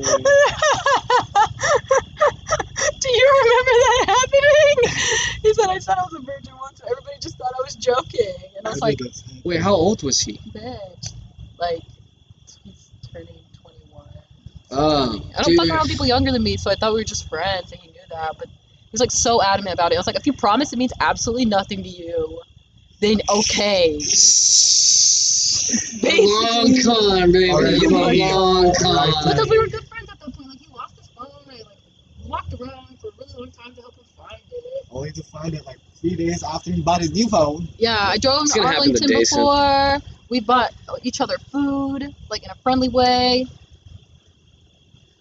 Speaker 1: No fucking way.
Speaker 2: <laughs> Do you remember that happening? He said I said I was a virgin once, and everybody just thought I was joking, and I was like,
Speaker 1: Wait, how old was he?
Speaker 2: bitch, like he's turning twenty-one.
Speaker 1: Oh,
Speaker 2: I don't
Speaker 1: dude.
Speaker 2: fuck around with people younger than me, so I thought we were just friends, and he knew that. But he was like so adamant about it. I was like, if you promise it means absolutely nothing to you, then okay.
Speaker 1: <laughs> A <laughs> long con, baby.
Speaker 4: Alright,
Speaker 1: A
Speaker 4: buddy.
Speaker 1: long con.
Speaker 2: Because we were good friends at that point. Like he lost his phone, I like walked around
Speaker 3: only to find it like three days after he bought his new phone.
Speaker 2: Yeah, I drove him
Speaker 1: It's
Speaker 2: to
Speaker 1: gonna happen
Speaker 2: Arlington
Speaker 1: today soon.
Speaker 2: before. We bought each other food, like in a friendly way.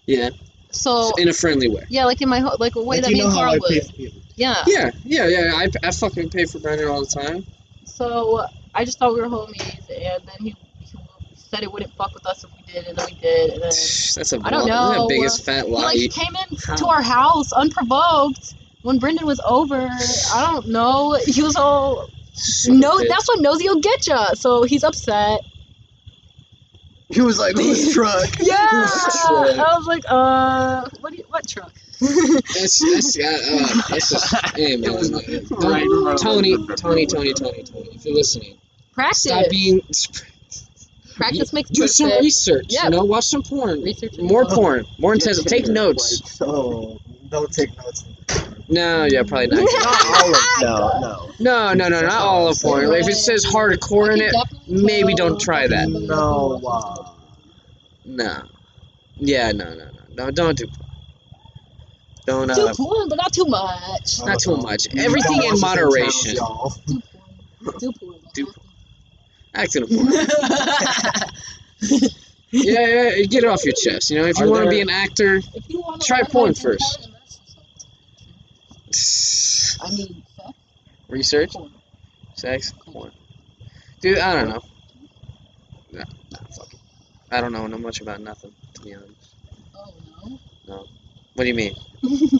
Speaker 1: Yeah,
Speaker 2: So
Speaker 1: in a friendly way.
Speaker 2: yeah, like in my ho- like a way
Speaker 3: Like,
Speaker 2: that
Speaker 3: you
Speaker 2: me
Speaker 3: know
Speaker 2: and
Speaker 3: how
Speaker 2: Carl
Speaker 3: I pay
Speaker 2: would.
Speaker 3: for people.
Speaker 2: Yeah.
Speaker 1: Yeah, yeah, yeah. I, I fucking pay for Brandon all the time.
Speaker 2: So I just thought we were homies, and then he, he said it wouldn't fuck with us if we did, and then we did, and then he
Speaker 1: That's a
Speaker 2: I
Speaker 1: blo-
Speaker 2: don't
Speaker 1: that's the
Speaker 2: know.
Speaker 1: biggest fat lie.
Speaker 2: like came in to
Speaker 1: How?
Speaker 2: our house unprovoked when Brendan was over. I don't know. He was all
Speaker 1: Super
Speaker 2: no.
Speaker 1: bitch.
Speaker 2: That's what nosy will get ya. So he's upset.
Speaker 6: He was like,
Speaker 2: <laughs>
Speaker 6: whose truck?
Speaker 2: Yeah.
Speaker 6: Truck.
Speaker 2: I was like, uh, what? Do you, what truck?
Speaker 1: That's that's yeah. Uh, that's just hey man.
Speaker 6: was
Speaker 1: like, don't-
Speaker 6: right around-
Speaker 1: Tony, Tony, Tony, Tony, Tony. If you're listening,
Speaker 2: Practice.
Speaker 1: stop being.
Speaker 2: Practice makes
Speaker 1: Do some
Speaker 2: perfect.
Speaker 1: research.
Speaker 2: Yeah. Oh.
Speaker 1: You know, watch some porn.
Speaker 2: Research. and
Speaker 1: More
Speaker 2: development.
Speaker 1: porn. More intense. Take notes.
Speaker 6: Like,
Speaker 3: So don't take notes.
Speaker 1: No, yeah, probably not.
Speaker 2: <laughs>
Speaker 6: not
Speaker 1: <laughs>
Speaker 6: all of No, no.
Speaker 1: No, no, no, not all of porn. Like, if it says hardcore in
Speaker 2: I
Speaker 1: it,
Speaker 2: can definitely
Speaker 1: maybe
Speaker 2: tell
Speaker 1: don't try that.
Speaker 2: somebody doesn't
Speaker 3: No,
Speaker 2: watch this
Speaker 3: wow.
Speaker 4: uh,
Speaker 1: no. Yeah, no, no, no, no. Don't do. Don't.
Speaker 2: Too
Speaker 1: Uh,
Speaker 2: porn, but not too much.
Speaker 1: not too much. Everything in moderation.
Speaker 2: Too porn. Too porn.
Speaker 1: Too Acting a porn. Yeah, yeah, yeah, get it off your chest. You know, if you
Speaker 4: Are
Speaker 1: want to
Speaker 4: there-
Speaker 1: be an actor,
Speaker 2: <laughs>
Speaker 1: <sighs>
Speaker 2: If you wanna
Speaker 1: Try
Speaker 2: learn how
Speaker 1: porn
Speaker 2: to do
Speaker 1: first.
Speaker 2: porn, immerse yourself. I mean, sex,
Speaker 1: research,
Speaker 2: porn.
Speaker 1: sex, porn. Dude, I don't know. Nah, nah, fuck it. I don't know no much about nothing, to be honest.
Speaker 2: Oh no. <laughs>
Speaker 1: What do you mean?
Speaker 2: you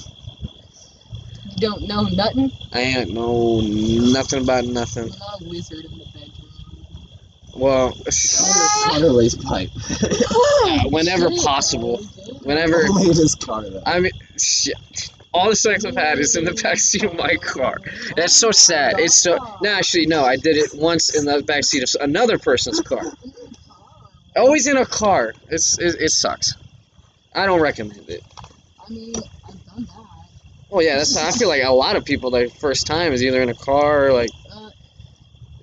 Speaker 2: don't know nothing.
Speaker 1: I ain't know nothing about nothing.
Speaker 2: You're not a wizard in the bedroom.
Speaker 1: Well, <sighs>
Speaker 6: Connor's <laughs> pipe.
Speaker 1: Uh, whenever
Speaker 2: Shit,
Speaker 1: possible.
Speaker 2: bro, dude.
Speaker 1: whenever
Speaker 6: Only it is Connor.
Speaker 1: I mean, shit. All the sex I've had is in the <laughs> backseat of my car. That's so sad. It's so. No, actually, no. I did it once in the backseat of another person's car. Always in a car. It's it, it sucks. I don't recommend it.
Speaker 2: I mean, I've done that.
Speaker 1: Well, yeah, that's. I feel like a lot of people their first time is either in a car or like
Speaker 2: Uh,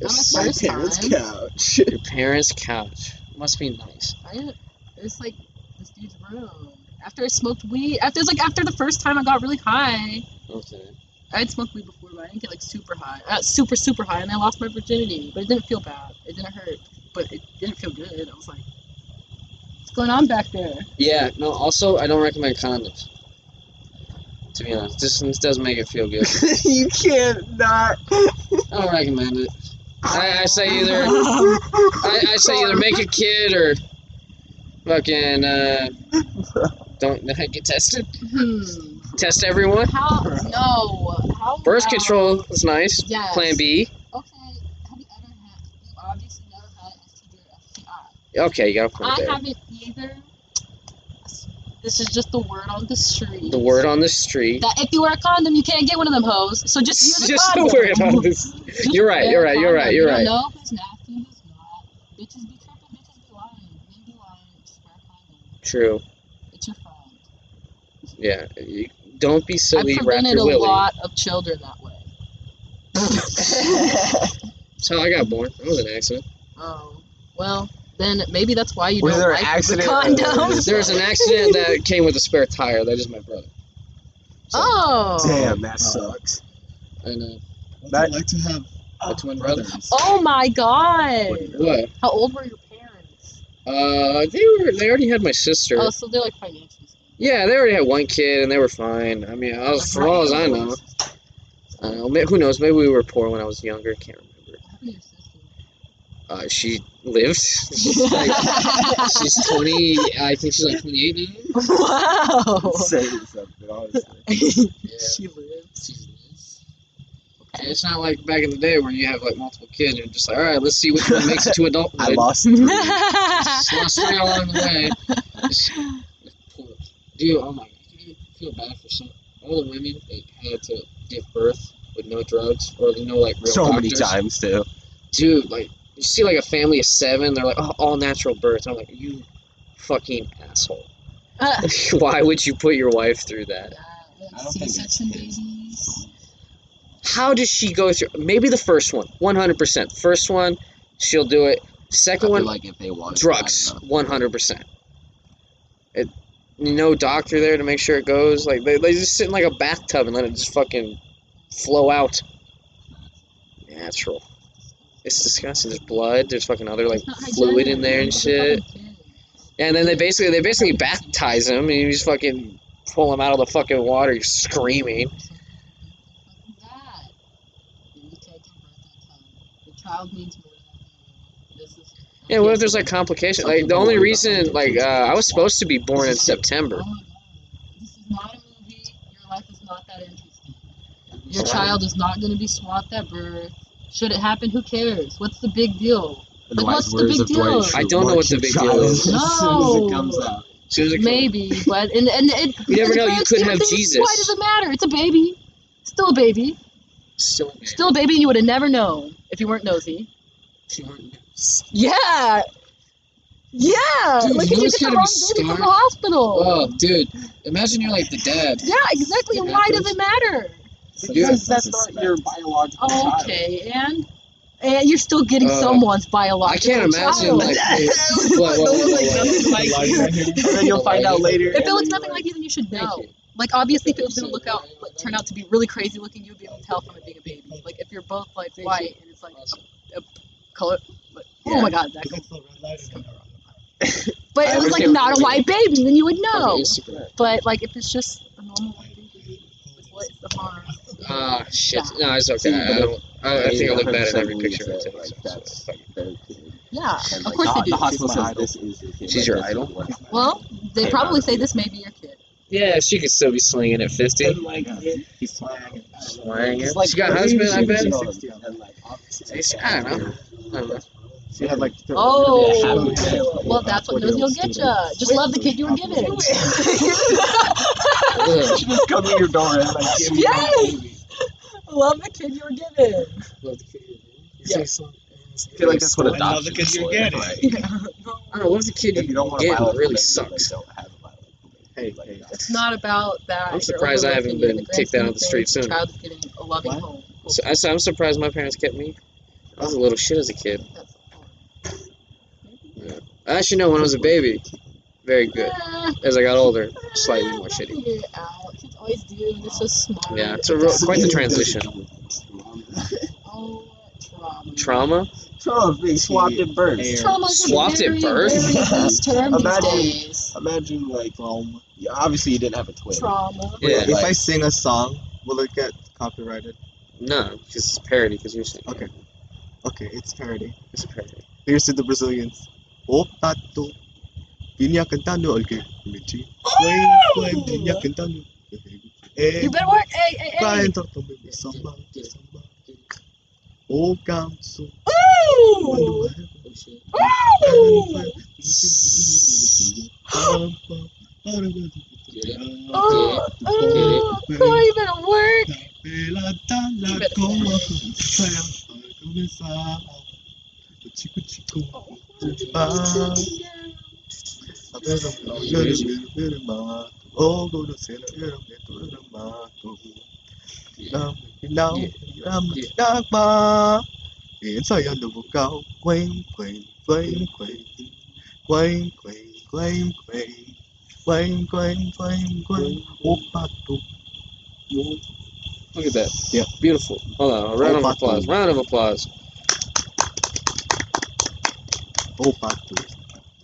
Speaker 1: it's
Speaker 2: I'm a
Speaker 6: My
Speaker 2: First
Speaker 6: parents'
Speaker 2: time.
Speaker 6: couch. <laughs>
Speaker 1: your parents' couch. Must be nice.
Speaker 2: I didn't- it was like this dude's room. After I smoked weed, after it was like after the first time I got really high.
Speaker 1: Okay.
Speaker 2: I had smoked weed before, but I didn't get like super high. I got super super high, and I lost my virginity, but it didn't feel bad. It didn't hurt, but it didn't feel good. I was like, what's going on back there?
Speaker 1: Yeah. No. Also, I don't recommend condoms. To be honest, this, this doesn't make it feel good.
Speaker 6: you can't not.
Speaker 1: I don't recommend it. I, I say
Speaker 2: <laughs>
Speaker 1: either
Speaker 2: Hmm.
Speaker 1: I, I say either make a kid or fucking uh, don't <laughs> get tested.
Speaker 2: Hmm.
Speaker 1: Test everyone.
Speaker 2: How? No. How?
Speaker 1: Birth
Speaker 2: about-
Speaker 1: control is nice.
Speaker 2: Yes.
Speaker 1: Plan B.
Speaker 2: Okay. Have you ever had? You obviously never had STD or STI.
Speaker 1: Okay, you got a point
Speaker 2: I
Speaker 1: there.
Speaker 2: haven't either. This is just the word on the street.
Speaker 1: The word on the street.
Speaker 2: That if you wear a condom, you can't get one of them hoes. So just use
Speaker 1: <laughs>
Speaker 2: a
Speaker 1: Just the
Speaker 2: condom.
Speaker 1: word on this.
Speaker 2: <laughs> Just
Speaker 1: You're right,
Speaker 2: wear a
Speaker 1: you're right, you're right, you're
Speaker 2: condom. You
Speaker 1: right.
Speaker 2: don't know who's nasty and who's not. Bitches be tripping, bitches be lying. Men be lying. Just wear a condom.
Speaker 1: True.
Speaker 2: It's your fault.
Speaker 1: Yeah. You- Don't be silly.
Speaker 2: I've
Speaker 1: Wrap
Speaker 2: prevented
Speaker 1: your
Speaker 2: a
Speaker 1: willy.
Speaker 2: lot of children that way.
Speaker 1: That's how I got born. That was an accident.
Speaker 2: Oh. Well, then maybe that's why you
Speaker 6: Was
Speaker 2: don't
Speaker 6: there an
Speaker 2: like
Speaker 6: accident or-
Speaker 2: condoms.
Speaker 1: There was an accident that came with a spare tire. That is my brother.
Speaker 2: <laughs> Oh.
Speaker 6: Damn, that
Speaker 3: Oh.
Speaker 6: sucks.
Speaker 1: I know.
Speaker 3: Would
Speaker 6: That-
Speaker 3: you like to have
Speaker 1: My twin brother.
Speaker 2: Oh my god.
Speaker 1: What?
Speaker 2: How old were your parents?
Speaker 1: Uh, they were. They already had my sister.
Speaker 2: Oh, so they're like financially. stable.
Speaker 1: Yeah, they already had one kid and they were fine. I mean, I was,
Speaker 2: Like,
Speaker 1: for all
Speaker 2: my
Speaker 1: as I
Speaker 2: older
Speaker 1: know,
Speaker 2: sister-
Speaker 1: I don't know. may- Who knows? Maybe we were poor when I was younger. Can't remember.
Speaker 2: What happened to your sister?
Speaker 1: Uh, she lived. <laughs> She's like,
Speaker 2: <laughs>
Speaker 1: she's twenty. I think she's like twenty-eight now.
Speaker 6: Oh. <laughs>
Speaker 2: wow.
Speaker 6: Saying something, <laughs> honestly.
Speaker 1: Yeah,
Speaker 2: <laughs> She lives.
Speaker 1: she's lived. And It's not like back in the day where you have like multiple kids. You're just like, all right, let's see which one makes it to adulthood.
Speaker 6: I lost <laughs> three.
Speaker 1: Just lost three along the way. Just- poor. Dude, oh my god, I feel bad for some all the women that had to give birth with no drugs or no like real
Speaker 6: so many
Speaker 1: doctors.
Speaker 6: times, too.
Speaker 1: dude, like you see like a family of seven, they're like oh, all natural birth. I'm like, you fucking asshole.
Speaker 2: Ah.
Speaker 1: <laughs> Why would you put your wife through that?
Speaker 6: I don't think it's
Speaker 2: C-section
Speaker 6: his.
Speaker 2: babies.
Speaker 1: How does she go through? Maybe the first one, 100%. First one, she'll do it.
Speaker 6: I
Speaker 1: Second
Speaker 6: feel
Speaker 1: one,
Speaker 6: like if they wanted
Speaker 1: drugs, 100%. It, no doctor there to make sure it goes. Like they, they just sit in like a bathtub and let it just fucking flow out. Natural. It's disgusting. There's blood. There's fucking other like
Speaker 2: It's not
Speaker 1: fluid
Speaker 2: hygienic.
Speaker 1: in there and
Speaker 2: It's a
Speaker 1: shit.
Speaker 2: fucking kid.
Speaker 1: And then they basically they basically baptize him and you just fucking pull him out of the fucking water You're screaming.
Speaker 2: That you take him birth in time. The child means more than that. This is.
Speaker 1: Yeah, what if there's like complications? Like the only reason like uh, I was supposed to be born in September.
Speaker 2: Oh my God. This is not a movie. Your life is not that interesting. Your
Speaker 1: Right.
Speaker 2: child is not going to be swapped at birth. Should it happen? Who cares? What's the big deal?
Speaker 4: In
Speaker 2: Like,
Speaker 4: wise
Speaker 2: what's the
Speaker 4: words
Speaker 2: big
Speaker 4: of Dwight
Speaker 2: deal?
Speaker 4: Schrute,
Speaker 1: I don't know
Speaker 4: "Watch
Speaker 1: what the
Speaker 4: your
Speaker 1: big
Speaker 4: child."
Speaker 1: deal is.
Speaker 3: as soon as
Speaker 2: No.
Speaker 3: it comes out.
Speaker 1: Soon as it-
Speaker 2: Maybe, but and and it.
Speaker 1: <laughs> You never
Speaker 2: in the
Speaker 1: know, you could
Speaker 2: grand scheme of
Speaker 1: have
Speaker 2: things, Why
Speaker 1: Jesus.
Speaker 2: does it matter? It's a baby. Still a baby.
Speaker 1: Still,
Speaker 2: Still a baby, and you would have never known if you weren't nosy. Yeah. Yeah.
Speaker 1: Dude,
Speaker 2: Look
Speaker 1: you know
Speaker 2: at you
Speaker 1: what's
Speaker 2: get the
Speaker 1: gotta be
Speaker 2: wrong baby from the hospital.
Speaker 1: Oh, dude! Imagine you're like the dad.
Speaker 2: Yeah, exactly.
Speaker 1: It
Speaker 2: Why does it matter?
Speaker 6: Because
Speaker 3: Yeah.
Speaker 6: that's not your biological
Speaker 2: Oh,
Speaker 6: child.
Speaker 2: okay, and and you're still getting
Speaker 1: Uh,
Speaker 2: someone's
Speaker 1: I
Speaker 2: biological
Speaker 1: can't imagine <laughs>
Speaker 2: child.
Speaker 1: like. Whoa, whoa, whoa, whoa, whoa, whoa.
Speaker 6: <laughs>
Speaker 3: Like,
Speaker 6: and <laughs> then you'll find out later.
Speaker 2: if
Speaker 6: and
Speaker 2: it
Speaker 6: then
Speaker 2: looks
Speaker 6: you're
Speaker 2: nothing like you, then you should
Speaker 1: Thank
Speaker 2: know.
Speaker 1: you.
Speaker 2: Like obviously, if it was gonna look out, like turn out to be really crazy looking, you'd be able to tell from it being a baby. Like if you're both like
Speaker 1: Thank
Speaker 2: white and it's like
Speaker 1: Awesome.
Speaker 2: color, like,
Speaker 1: Yeah.
Speaker 2: oh my god, that.
Speaker 3: It's
Speaker 2: But
Speaker 1: I
Speaker 2: it was like
Speaker 1: understand what
Speaker 2: not a
Speaker 1: you're
Speaker 2: white baby, then you would know.
Speaker 1: Okay, super.
Speaker 2: But like if it's just a normal white baby, what's the harm?
Speaker 1: Ah, shit. No, it's okay.
Speaker 6: See,
Speaker 1: I,
Speaker 6: but
Speaker 1: don't, I, I think I look bad in
Speaker 6: in
Speaker 1: every picture I take. so
Speaker 6: Like,
Speaker 1: it's
Speaker 6: that's
Speaker 1: fine.
Speaker 6: their kid.
Speaker 2: Yeah,
Speaker 6: And,
Speaker 2: of
Speaker 6: like,
Speaker 2: course
Speaker 6: the,
Speaker 2: they do.
Speaker 6: The hospital
Speaker 3: She's my
Speaker 6: says
Speaker 3: idol.
Speaker 6: this is your kid.
Speaker 1: She's
Speaker 6: like,
Speaker 1: your
Speaker 6: this
Speaker 1: idol?
Speaker 6: is what-
Speaker 2: Well, they
Speaker 6: Hey,
Speaker 2: probably
Speaker 6: man.
Speaker 2: say this may be your kid.
Speaker 1: Yeah, she could still be slinging at 50.
Speaker 6: And, like, it-
Speaker 3: He's swag.
Speaker 1: Swag.
Speaker 6: it's
Speaker 1: Like, she got a
Speaker 6: crazy
Speaker 1: husband, I
Speaker 6: shit
Speaker 1: bet.
Speaker 6: going
Speaker 3: Sixty.
Speaker 6: on. And, like, obviously,
Speaker 1: It's-
Speaker 6: like,
Speaker 1: I don't know. I don't know.
Speaker 3: She had like. thirty-
Speaker 2: Oh,
Speaker 3: Yeah, she had, like,
Speaker 2: well, that's what knows you'll get you. Just love the kid you were given.
Speaker 1: <laughs> Ugh,
Speaker 3: She just come to your door and like give
Speaker 6: <laughs>
Speaker 3: you
Speaker 2: Yes!
Speaker 3: a baby.
Speaker 2: love the kid you were given.
Speaker 6: I feel like that's what
Speaker 3: I love the
Speaker 6: adoption
Speaker 3: kid
Speaker 6: is
Speaker 3: you're
Speaker 6: for.
Speaker 3: getting.
Speaker 6: <laughs> Like,
Speaker 1: I don't know. What if the kid
Speaker 6: if you don't want a
Speaker 1: get
Speaker 6: biological
Speaker 1: really
Speaker 6: baby,
Speaker 1: sucks?
Speaker 6: They don't have a biological baby.
Speaker 3: Hey,
Speaker 6: Like,
Speaker 3: hey.
Speaker 2: It's <laughs> not about that.
Speaker 1: I'm
Speaker 2: You're
Speaker 1: surprised I haven't
Speaker 2: overlooking it
Speaker 1: been
Speaker 2: in the grand
Speaker 1: kicked out
Speaker 2: scheme
Speaker 1: on the
Speaker 2: of
Speaker 1: street
Speaker 2: things. The
Speaker 1: sooner.
Speaker 2: child is getting a loving
Speaker 3: What?
Speaker 2: home.
Speaker 1: So, I, so I'm surprised my parents kept me. I was a little shit as a kid.
Speaker 2: That's-
Speaker 1: I actually know when I was a baby. Very good.
Speaker 2: Ah,
Speaker 1: As I got older, slightly
Speaker 2: ah,
Speaker 1: more
Speaker 2: they'll
Speaker 1: shitty.
Speaker 2: figure it out. Kids always do. They're so smart.
Speaker 1: Yeah, it's a real, quite the transition.
Speaker 2: Oh, trauma.
Speaker 1: Trauma?
Speaker 6: Trauma being swapped at birth.
Speaker 3: Hey,
Speaker 2: Trauma is
Speaker 1: Swapped
Speaker 2: a
Speaker 1: at
Speaker 2: very,
Speaker 1: birth?
Speaker 2: very loose
Speaker 1: <laughs>
Speaker 2: term these
Speaker 6: Imagine-
Speaker 2: days.
Speaker 6: Imagine like
Speaker 3: Rome.
Speaker 6: yeah, obviously you didn't have a twin.
Speaker 1: <laughs>
Speaker 2: Trauma.
Speaker 1: Yeah.
Speaker 6: Yeah.
Speaker 3: If I sing a song, will it get copyrighted?
Speaker 1: No, because it's parody, because you're saying
Speaker 3: Okay. Okay, it's parody.
Speaker 1: it's a parody.
Speaker 3: Here's to the Brazilians. O tato, vinha cantando el que me chi. Foi, foi, vinha cantando. Eh,
Speaker 2: You better work. Hey, hey,
Speaker 3: Vai
Speaker 2: hey.
Speaker 3: entrar também no samba, samba. O canso.
Speaker 2: Ooh. Oh, oh, Corey, you better work.
Speaker 3: Pelota la como fea para começar. O Tico Tico. Ah. A pedra não era meu irmão. O Golocena era meu irmão. Não, não, não, não, não. Ensaiando o vocal. Quen, quen, quen, quen. Quen, quen, quen, quen. Quen, quen, quen, quen. O pato.
Speaker 1: Look at that.
Speaker 3: Yeah.
Speaker 1: Beautiful. Hold on. A round of
Speaker 3: Opa.
Speaker 1: applause. Round of applause.
Speaker 3: O pato.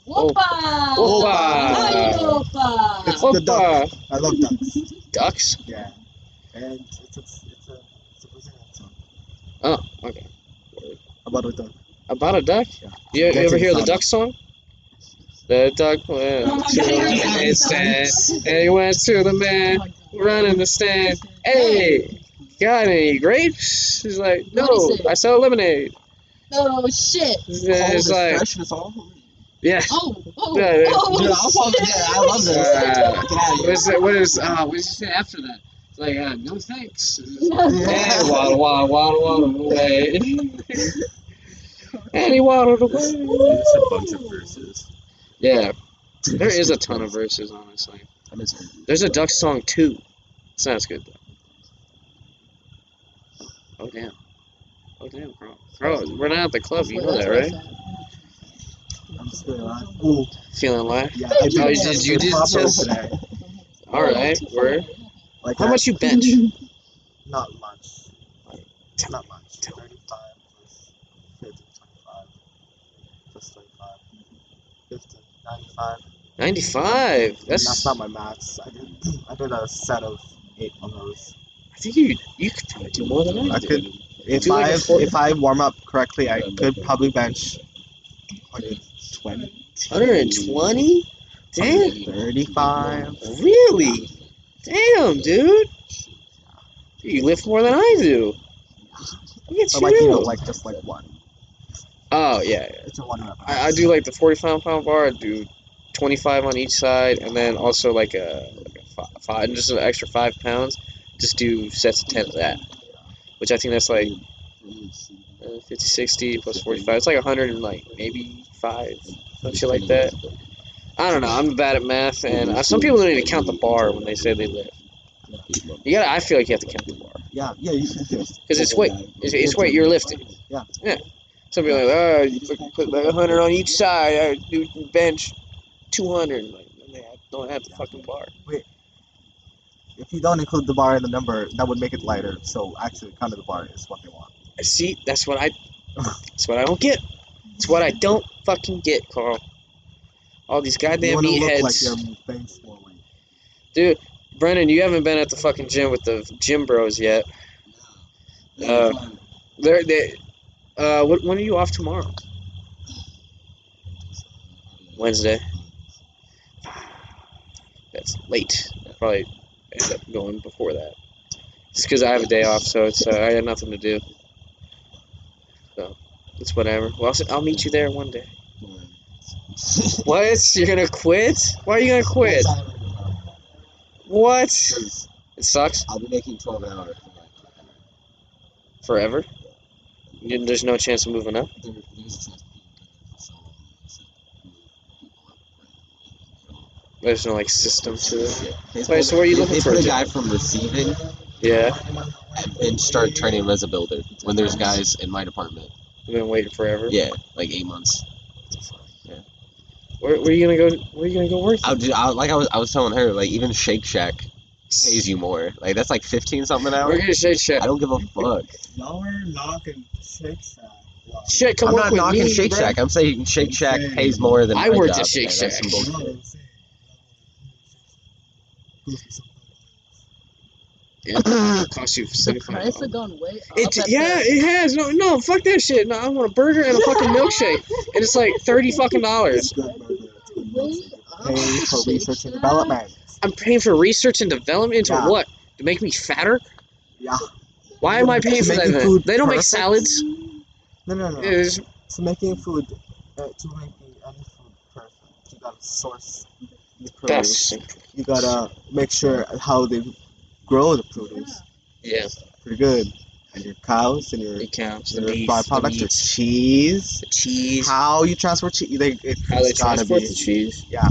Speaker 2: Opa!
Speaker 1: Opa.
Speaker 2: Ay, Opa!
Speaker 3: The duck.
Speaker 1: Opa!
Speaker 3: I love ducks.
Speaker 1: Ducks?
Speaker 3: Yeah. And it's a, it's a, it's a Brazilian song.
Speaker 1: Oh, okay.
Speaker 3: About a duck.
Speaker 1: About a duck?
Speaker 3: Yeah.
Speaker 1: You, you
Speaker 3: That's
Speaker 1: ever hear the
Speaker 3: insane.
Speaker 1: duck song? The duck went
Speaker 2: Oh my
Speaker 1: to
Speaker 2: God, I
Speaker 1: the
Speaker 2: heard that
Speaker 1: bandstand and he went to the man running the stand. Hey, got any grapes? He's like, no,
Speaker 2: What is it?
Speaker 1: I sell lemonade.
Speaker 2: Oh shit!
Speaker 1: He's like,
Speaker 6: fresh and it's all horny.
Speaker 1: yeah.
Speaker 2: Oh, oh,
Speaker 1: Yeah, yeah.
Speaker 2: oh
Speaker 6: Dude, I love
Speaker 2: shit!
Speaker 6: that. I love
Speaker 1: Uh,
Speaker 6: that. Get out of
Speaker 1: What
Speaker 6: here.
Speaker 1: is it? What is? Uh, what did you say after that? It's like, uh, no thanks.
Speaker 6: Yeah.
Speaker 1: And waddle, waddle, waddle, waddle away. and he waddled
Speaker 6: There's
Speaker 1: away.
Speaker 6: there's a bunch of verses.
Speaker 1: Yeah, there is a ton of verses, honestly.
Speaker 6: I miss Wendy.
Speaker 1: There's a duck song too. Sounds good though. Oh damn. Oh damn, bro. Bro, we're not at the club. You know that, right?
Speaker 3: I'm still alive. Ooh,
Speaker 1: Feeling live.
Speaker 3: Oh, yeah.
Speaker 2: Thank you. Oh,
Speaker 3: I did
Speaker 2: you
Speaker 3: that
Speaker 1: just- you
Speaker 3: for
Speaker 1: did
Speaker 3: Pablo
Speaker 1: just-
Speaker 3: today.
Speaker 1: All right, we're.
Speaker 3: Like
Speaker 1: How
Speaker 3: that.
Speaker 1: much you bench?
Speaker 3: Not much. Not much. 35 plus 50, 25 plus 25, 50, 95.
Speaker 1: 95.
Speaker 3: And that's
Speaker 1: That's.
Speaker 3: not my maths. I did, <clears throat> I did a set of eight on those.
Speaker 1: I think you you could probably do more than I,
Speaker 3: I
Speaker 1: do.
Speaker 3: could- If
Speaker 1: Do like
Speaker 3: I
Speaker 1: a four-
Speaker 3: if I warm up correctly, I
Speaker 7: Yeah,
Speaker 3: could
Speaker 7: but-
Speaker 3: probably bench 120,
Speaker 1: 120? Damn.
Speaker 3: 35.
Speaker 1: Really? Damn, dude. Dude, You lift more than I do. Look at
Speaker 3: But like you know,
Speaker 1: you.
Speaker 3: like just like one.
Speaker 1: Oh yeah,
Speaker 3: It's a one rep.
Speaker 1: I, I do like the forty-five pound bar. I do twenty-five on each side, and then also like a, like a fi- five, just an extra five pounds. Just do sets of ten of that, which I think that's like uh, 50, 60 plus forty-five. It's like hundred and like maybe five, some shit like that. I don't know. I'm bad at math, and uh, some people don't even count the bar when they say they lift. You gotta. I feel like you have to count the bar
Speaker 3: Yeah, yeah, you can do it.
Speaker 1: because it's weight. It's, it's weight you're lifting.
Speaker 3: Yeah.
Speaker 1: Yeah. Some people are like, oh, you fucking put like 100 on each side. I do bench 200. Like, man, I don't have the fucking bar.
Speaker 3: If you don't include the bar in the number, that would make it lighter. So actually, kind of the bar is what they want.
Speaker 1: See, that's what I. That's what I don't get. It's what I don't fucking get, Carl. All these
Speaker 3: you
Speaker 1: goddamn
Speaker 3: wanna look like
Speaker 1: meatheads.
Speaker 3: you're moving slowly.
Speaker 1: Dude, Brennan, you haven't been at the fucking gym with the gym bros yet. Uh, They're they. Uh, wh- when are you off tomorrow? <laughs> Wednesday. That's late. I'll probably end up going before that. It's because I have a day off, so it's uh, I got nothing to do. So it's whatever. Well, I'll, s- I'll meet you there one day. What? You're gonna quit? Why are you gonna quit? What? It sucks
Speaker 6: I'll be making 12 an hour.
Speaker 1: forever. You- There's no chance of moving up.
Speaker 6: There, there's a chance so
Speaker 1: There's no like system to it.
Speaker 6: Wait,
Speaker 1: so what are you looking
Speaker 6: they
Speaker 1: for,
Speaker 6: Put a
Speaker 1: Jim?
Speaker 6: guy from receiving
Speaker 1: Yeah,
Speaker 6: and, and start training him as a builder. When there's guys in my department,
Speaker 1: I've been waiting forever.
Speaker 6: yeah, like eight months.
Speaker 1: Where, where are you gonna go? Where are you gonna go work?
Speaker 6: I, would- I like I was I was telling her like even Shake Shack pays you more. Like that's like fifteen something an hour.
Speaker 1: We're gonna say shit.
Speaker 6: I don't give a fuck.
Speaker 3: Now we're knocking Shake Shack. Wow.
Speaker 1: Shit, come
Speaker 6: I'm
Speaker 1: work
Speaker 6: not
Speaker 1: with
Speaker 6: knocking
Speaker 1: me,
Speaker 6: Shake
Speaker 1: bro.
Speaker 6: Shack. I'm saying Shake Shack
Speaker 3: Insane.
Speaker 6: pays more than
Speaker 1: I
Speaker 6: my
Speaker 1: worked at
Speaker 6: job,
Speaker 1: Shake
Speaker 6: and that's
Speaker 1: Shack.
Speaker 6: some
Speaker 3: You know what
Speaker 6: bullshit.
Speaker 3: I'm saying? <laughs>
Speaker 1: cost you
Speaker 2: The
Speaker 1: seventy five.
Speaker 2: price has gone way up.
Speaker 1: It
Speaker 2: at
Speaker 1: yeah,
Speaker 2: the-
Speaker 1: it has. No, no, fuck that shit. No, I want a burger and a fucking milkshake, and it's like thirty fucking
Speaker 3: It's
Speaker 1: dollars.
Speaker 3: good, burger, it's good
Speaker 2: Way
Speaker 3: milkshake.
Speaker 2: up. Shake
Speaker 3: Pay for research and
Speaker 2: Shack.
Speaker 3: development.
Speaker 1: I'm paying for research and development into
Speaker 3: Yeah.
Speaker 1: what? To make me fatter?
Speaker 3: Yeah.
Speaker 1: Why am I paying for
Speaker 3: To make
Speaker 1: that?
Speaker 3: your
Speaker 1: Then?
Speaker 3: food
Speaker 1: They don't make
Speaker 3: perfect. Oh,
Speaker 1: salads.
Speaker 3: No, no, no.
Speaker 1: It's-
Speaker 3: So making food, uh, to make the- any food perfect, you gotta source the
Speaker 1: that's
Speaker 3: produce. You gotta make sure how they grow the produce.
Speaker 1: yeah.
Speaker 3: Pretty good. And your cows and your,
Speaker 1: It counts. The
Speaker 3: your
Speaker 1: beef, the
Speaker 3: byproduct, your
Speaker 1: meats,
Speaker 3: cheese.
Speaker 1: the cheese.
Speaker 3: How you transport cheese? They, it,
Speaker 1: How they
Speaker 3: it's gotta
Speaker 1: transport
Speaker 3: be-
Speaker 1: the cheese?
Speaker 3: Yeah.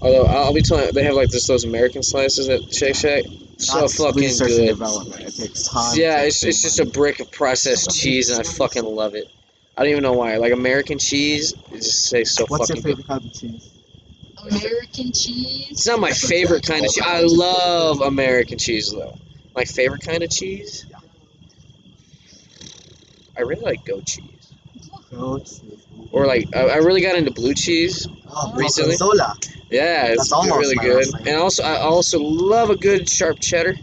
Speaker 1: Although I'll I'll be telling, you, they have like just those American slices at Shake Shack. So
Speaker 3: That's
Speaker 1: fucking
Speaker 3: research and
Speaker 1: good.
Speaker 3: development. It takes time.
Speaker 1: Yeah,
Speaker 3: to
Speaker 1: it's,
Speaker 3: save
Speaker 1: it's just a
Speaker 3: money.
Speaker 1: brick of processed cheese, and I fucking love it. I don't even know why. Like American cheese, it just tastes so
Speaker 3: What's your
Speaker 1: fucking good.
Speaker 3: favorite kind of cheese?
Speaker 2: American cheese.
Speaker 1: It's not my favorite kind of cheese. I love American cheese though. My favorite kind of cheese. I really like goat cheese,
Speaker 3: Goat cheese.
Speaker 1: or like I, I really got into blue cheese.
Speaker 3: Oh,
Speaker 1: Recently?
Speaker 3: Gorgonzola.
Speaker 1: Yeah, it's
Speaker 3: That's almost
Speaker 1: really
Speaker 3: my
Speaker 1: good.
Speaker 3: last name.
Speaker 1: And also, I also love a good sharp cheddar.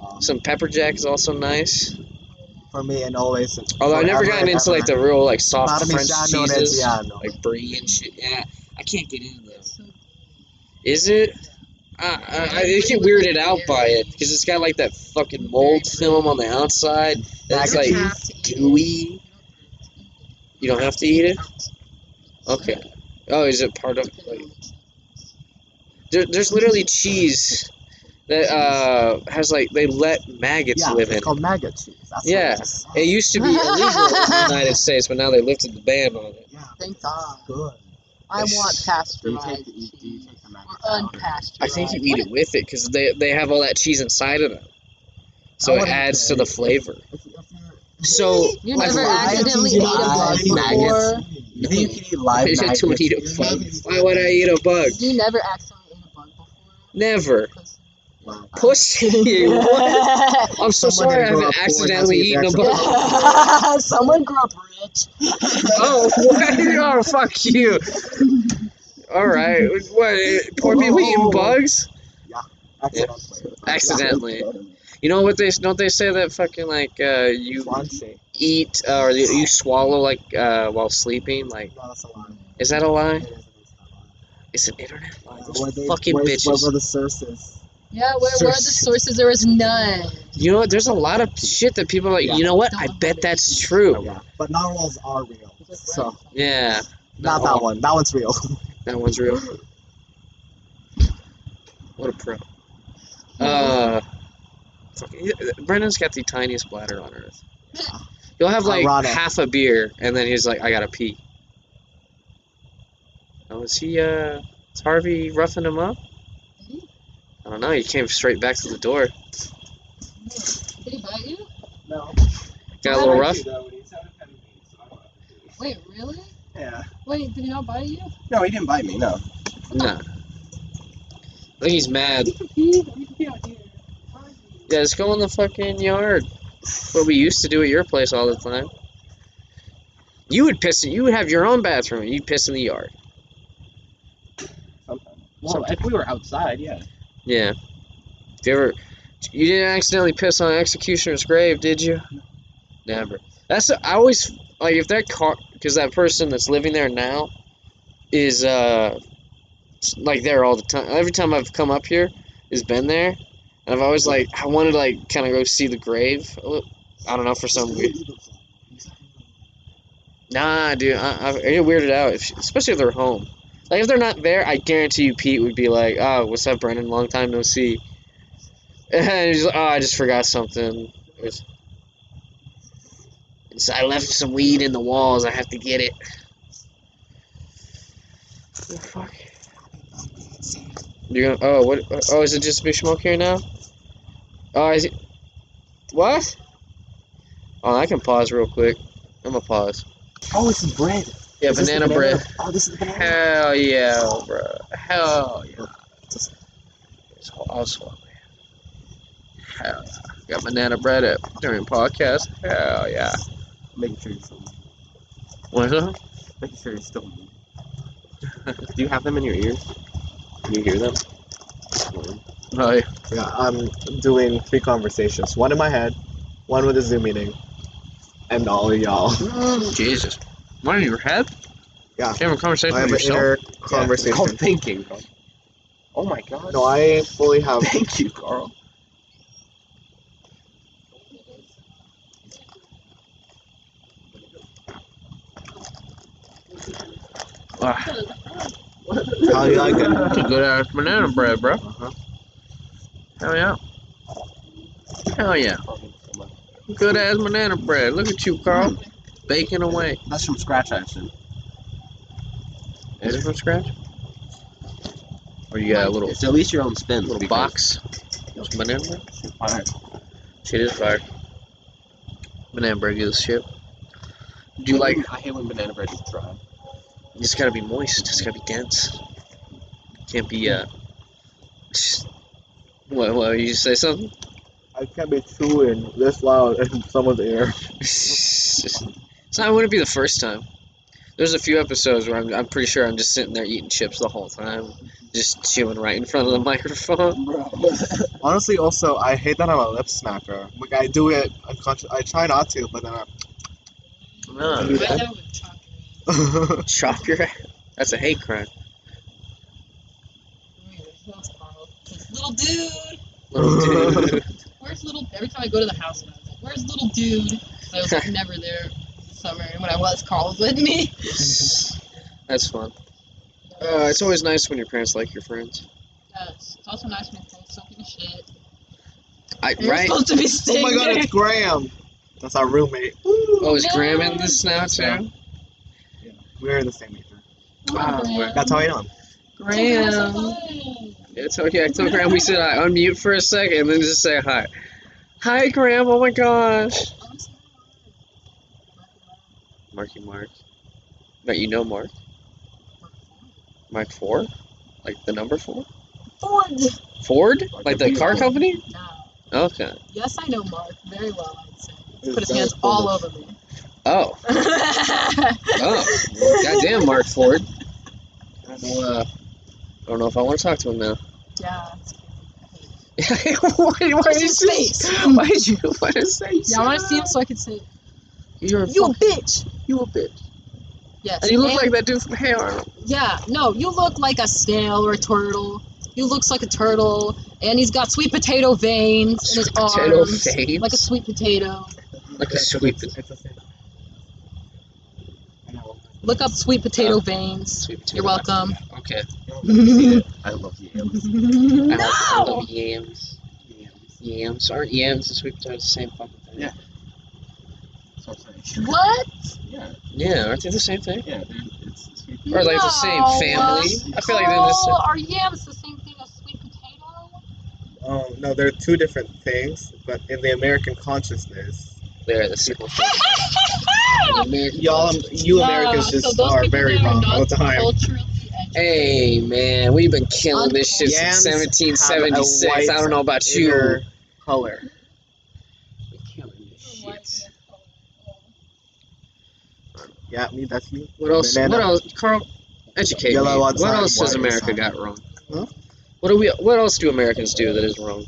Speaker 3: Um,
Speaker 1: Some pepper jack is also nice.
Speaker 3: for me and always.
Speaker 1: Although I've never
Speaker 3: forever
Speaker 1: gotten
Speaker 3: and
Speaker 1: into like
Speaker 3: ever.
Speaker 1: the real like soft French
Speaker 3: Parmigiano
Speaker 1: cheeses,
Speaker 3: Reggiano.
Speaker 1: like brie and shit. Yeah, I can't get into those.
Speaker 2: It's so good.
Speaker 1: Is it? I, I, I just get weirded out by it because it's got like that fucking mold film on the outside.
Speaker 3: Mac
Speaker 1: That's
Speaker 3: and
Speaker 1: like
Speaker 2: You don't have to eat it.
Speaker 1: gooey. You don't have to eat it. Okay. Oh, is it part of like? There, there's literally cheese that uh has like they let maggots
Speaker 3: yeah,
Speaker 1: live in.
Speaker 3: it's called maggot cheese. That's
Speaker 1: Yeah.
Speaker 3: What it is.
Speaker 1: It used to be illegal in <laughs> the United States, but now they lifted the ban on it.
Speaker 3: yeah,
Speaker 2: Thank God.
Speaker 3: good.
Speaker 2: I want
Speaker 6: Do you take
Speaker 2: pasteurized
Speaker 6: the- do you
Speaker 2: cheese.
Speaker 6: take the
Speaker 2: Or
Speaker 6: maggots out?
Speaker 2: unpasteurized.
Speaker 1: I think you eat it with it because they they have all that cheese inside of them, so
Speaker 3: I
Speaker 1: it
Speaker 3: wouldn't
Speaker 1: adds to
Speaker 3: care.
Speaker 1: the flavor.
Speaker 3: If, if you're
Speaker 1: So
Speaker 2: You
Speaker 1: I
Speaker 2: never
Speaker 1: feel-
Speaker 3: Live
Speaker 2: accidentally
Speaker 3: cheese, you
Speaker 2: ate a
Speaker 3: don't
Speaker 2: bug
Speaker 3: eat
Speaker 2: before.
Speaker 6: maggots. You think you can eat live
Speaker 1: Is it
Speaker 6: maggots?
Speaker 1: to eat a
Speaker 3: You're
Speaker 1: bug?
Speaker 3: not-
Speaker 1: Why would I eat a bug?
Speaker 2: You never accidentally ate a bug before.
Speaker 1: Never.
Speaker 2: Because
Speaker 3: Wow.
Speaker 1: Pushing you. What? I'm so
Speaker 3: Someone
Speaker 1: sorry I
Speaker 3: had to
Speaker 1: haven't
Speaker 3: grow up poor and has to
Speaker 1: accidentally
Speaker 3: eat
Speaker 1: eaten a
Speaker 3: vegetables. <laughs>
Speaker 1: bone.
Speaker 2: <laughs> Someone grew up rich.
Speaker 1: Oh, what? <laughs> Oh, fuck you. All right. What? eh, Poor people eating bugs?
Speaker 3: Accidentally.
Speaker 1: Accidentally. You know what they don't they say that fucking like uh, you
Speaker 3: Swansea.
Speaker 1: eat uh, or you, you swallow like uh, while sleeping? Like,
Speaker 3: No, that's a lie.
Speaker 1: is that a lie?
Speaker 3: It
Speaker 1: It's
Speaker 3: is, it is not lie.
Speaker 1: an internet lie.
Speaker 3: Uh,
Speaker 1: Those
Speaker 3: where they-
Speaker 1: fucking
Speaker 3: where-
Speaker 1: bitches.
Speaker 3: Where were the sources?
Speaker 2: Yeah, where were the sources? There was none.
Speaker 1: You know what? There's a lot of shit that people are like.
Speaker 3: Yeah.
Speaker 1: You know what?
Speaker 2: Don't
Speaker 1: I
Speaker 2: have
Speaker 1: bet
Speaker 2: it.
Speaker 1: that's true.
Speaker 3: Yeah. But not all are real. So,
Speaker 1: Yeah,
Speaker 3: not that one. That one's real.
Speaker 1: that one's real. What a pro. Uh, fucking- Brendan's got the tiniest bladder on earth. He'll have like
Speaker 3: Ironic.
Speaker 1: half a beer, and then he's like, "I gotta pee." Oh, is he? Uh, is Harvey roughing him up?
Speaker 2: Did
Speaker 1: I don't know. He came straight back to the door.
Speaker 2: he bite you?
Speaker 6: No.
Speaker 1: Got a little rough.
Speaker 2: Wait, really?
Speaker 6: Yeah.
Speaker 2: Wait, did he not bite you?
Speaker 6: No, he didn't bite me. No.
Speaker 1: Nah. I think he's mad.
Speaker 2: You can pee. You can pee out here.
Speaker 1: Yeah, just go in the fucking yard. What we used to do at your place all the time. You would piss. You would have your own bathroom. and You'd piss in the yard.
Speaker 6: Sometimes. Well, if we were outside, yeah.
Speaker 1: Yeah. If you ever, you didn't accidentally piss on an executioner's grave, did you? Never. That's I always like if that car because that person that's living there now is uh s- like there all the time. Every time I've come up here, has been there, and I've always like I wanted to like kind of go see the grave. a little- I don't know for some weird. Nah, dude, I, I, I get weirded out, if, especially if they're home. Like if they're not there, I guarantee you Pete would be like, "Oh, what's up, Brendan? Long time no see." <laughs> And he's like, "Oh, I just forgot something." It was- It's- I left some weed in the walls. I have to get it. Oh, fuck. You're gonna? Oh, what? Oh, is it just big smoke here now? Oh, is it? What? Oh, I can pause real quick. I'm gonna pause.
Speaker 3: Oh, this is bread.
Speaker 1: Yeah,
Speaker 3: Is this the
Speaker 1: banana bread.
Speaker 3: Oh, this is the banana.
Speaker 1: Hell yeah, bro. Hell yeah.
Speaker 3: Just-
Speaker 1: It's awesome, man. Hell yeah. Got banana bread up during podcast. Hell yeah.
Speaker 3: Making sure you're still,
Speaker 1: What's up?
Speaker 3: making sure you're still. Do you have them in your ears? Can you hear them?
Speaker 1: Oh, yeah.
Speaker 3: Yeah, I'm doing three conversations. One in my head, one with a Zoom meeting, and all of y'all.
Speaker 1: Jesus. What in your head?
Speaker 3: Mm. Yeah.
Speaker 1: You having a conversation
Speaker 3: I have
Speaker 1: with
Speaker 3: an
Speaker 1: yourself?
Speaker 3: inner
Speaker 6: It's
Speaker 3: conversation.
Speaker 6: called thinking. Carl. Oh my God.
Speaker 3: No, I fully have.
Speaker 6: Thank you, Carl.
Speaker 1: Ah,
Speaker 3: How do you like it?
Speaker 1: it's a good ass banana bread, bro.
Speaker 3: Uh-huh.
Speaker 1: Hell yeah. Hell yeah. Good ass banana bread. Look at you, Carl. Baking away.
Speaker 6: That's from scratch, actually.
Speaker 1: Is it from scratch? Or you got a little
Speaker 6: It's at least your own spin.
Speaker 1: little
Speaker 6: because-
Speaker 1: box. Just banana bread.
Speaker 6: Alright.
Speaker 1: Shit is fire. Banana bread is shit. Do you like?
Speaker 6: I hate when banana bread is dry.
Speaker 1: It's gotta be moist. It's gotta be dense. Can't be uh. just- What? What? You say something?
Speaker 3: I can't be chewing this loud in someone's ear.
Speaker 1: so I wouldn't be the first time. There's a few episodes where I'm, I'm pretty sure I'm just sitting there eating chips the whole time, just chewing right in front of the <laughs> microphone.
Speaker 3: Honestly, also, I hate that I'm a lip snacker. Like, I do it unconscious. I try not to, but then
Speaker 1: No,
Speaker 2: Right
Speaker 3: <laughs>
Speaker 2: now with chocolate.
Speaker 3: I.
Speaker 1: chop your. That's a hate <laughs> crime.
Speaker 2: Wait, who else borrowed? This Little dude.
Speaker 1: Little dude.
Speaker 2: Where's little? Every time I go to the house, now, I was like, "Where's little dude?" And I was like, never there this summer. And when I was, Carl was with me.
Speaker 1: That's fun. Uh, it's always nice when your parents like your friends.
Speaker 2: Uh, it's also nice when things don't give a shit.
Speaker 1: I,
Speaker 2: You're
Speaker 1: right?
Speaker 2: supposed to be
Speaker 3: oh
Speaker 2: staying
Speaker 3: my god,
Speaker 2: there.
Speaker 3: it's Graham! That's our roommate.
Speaker 1: Oh, is Graham in
Speaker 2: No.
Speaker 1: this now
Speaker 3: Yeah.
Speaker 1: too?
Speaker 3: We're in the same major.
Speaker 1: Ah,
Speaker 2: Come on,
Speaker 1: Wow,
Speaker 2: Graham.
Speaker 3: That's how I know him.
Speaker 2: Come
Speaker 1: Graham.
Speaker 2: on.
Speaker 1: It's okay. I told Graham we said I unmute for a second and then just say hi. Hi, Graham. Oh my gosh.
Speaker 2: I'm sorry.
Speaker 1: Marky Mark. But you know Mark. Mark 4? Like the number 4?
Speaker 2: Ford.
Speaker 1: Ford? Like the car company?
Speaker 2: No.
Speaker 1: Okay.
Speaker 2: Yes, I know Mark very well. I'd say.
Speaker 6: His
Speaker 2: Put his
Speaker 6: dad
Speaker 2: hands
Speaker 6: pulled
Speaker 2: all
Speaker 6: a-
Speaker 2: over me.
Speaker 1: <laughs> Oh. Oh. Well, goddamn, Mark Ford. Well, uh, I don't know if I want to talk to him now.
Speaker 2: <laughs> Yeah.
Speaker 1: why, why
Speaker 2: Where's
Speaker 1: did
Speaker 2: his
Speaker 1: you-
Speaker 2: face?
Speaker 1: Why did you want to say?
Speaker 2: Yeah, I want to see him so I can say,
Speaker 1: You're a
Speaker 2: "You a
Speaker 1: fuck-
Speaker 2: bitch."
Speaker 1: you a bitch.
Speaker 2: Yes.
Speaker 1: And you look like that dude from Hey Arnold.
Speaker 2: Yeah. No, you look like a snail or a turtle. You looks like a turtle, and he's got sweet potato veins in his
Speaker 1: Sweet potato
Speaker 2: arms,
Speaker 1: veins?
Speaker 2: like a sweet potato.
Speaker 1: Like a sweet pot-
Speaker 3: It's a thing. I know.
Speaker 2: Look up sweet potato
Speaker 1: Oh.
Speaker 2: veins.
Speaker 1: sweet potato. <laughs>
Speaker 2: You're welcome.
Speaker 1: Okay.
Speaker 2: no.
Speaker 1: I love yams. I, love, I love yams. Yams aren't yams and sweet potatoes the same fucking thing?
Speaker 6: Yeah. That's what I'm saying.
Speaker 2: What?
Speaker 6: Yeah,
Speaker 1: Yeah, aren't they the same thing?
Speaker 6: yeah, dude, it's, it's sweet.
Speaker 1: Or like the same
Speaker 2: No,
Speaker 1: family?
Speaker 6: uh,
Speaker 1: I feel like they're the same.
Speaker 2: Are yams the same thing as sweet potato?
Speaker 3: Oh no, they're two different things, but in the American consciousness,
Speaker 1: They're the
Speaker 2: <laughs>
Speaker 1: same thing.
Speaker 3: y'all, um, you Americans just are very wrong all the time.
Speaker 2: Culturally
Speaker 1: Hey man, we've been killing this shit
Speaker 3: Yams
Speaker 1: since
Speaker 3: have a
Speaker 1: 1776. I
Speaker 3: white
Speaker 1: don't know about you.
Speaker 3: Inner color.
Speaker 1: We're killing this shit.
Speaker 3: Yeah, me. That's me.
Speaker 1: What else? What
Speaker 3: Banana.
Speaker 1: else? Carl, educate
Speaker 3: Yellow
Speaker 1: me.
Speaker 3: outside,
Speaker 1: What else does
Speaker 3: white
Speaker 1: America
Speaker 3: inside.
Speaker 1: got wrong?
Speaker 3: Huh?
Speaker 1: What do we? What else do Americans do that is wrong?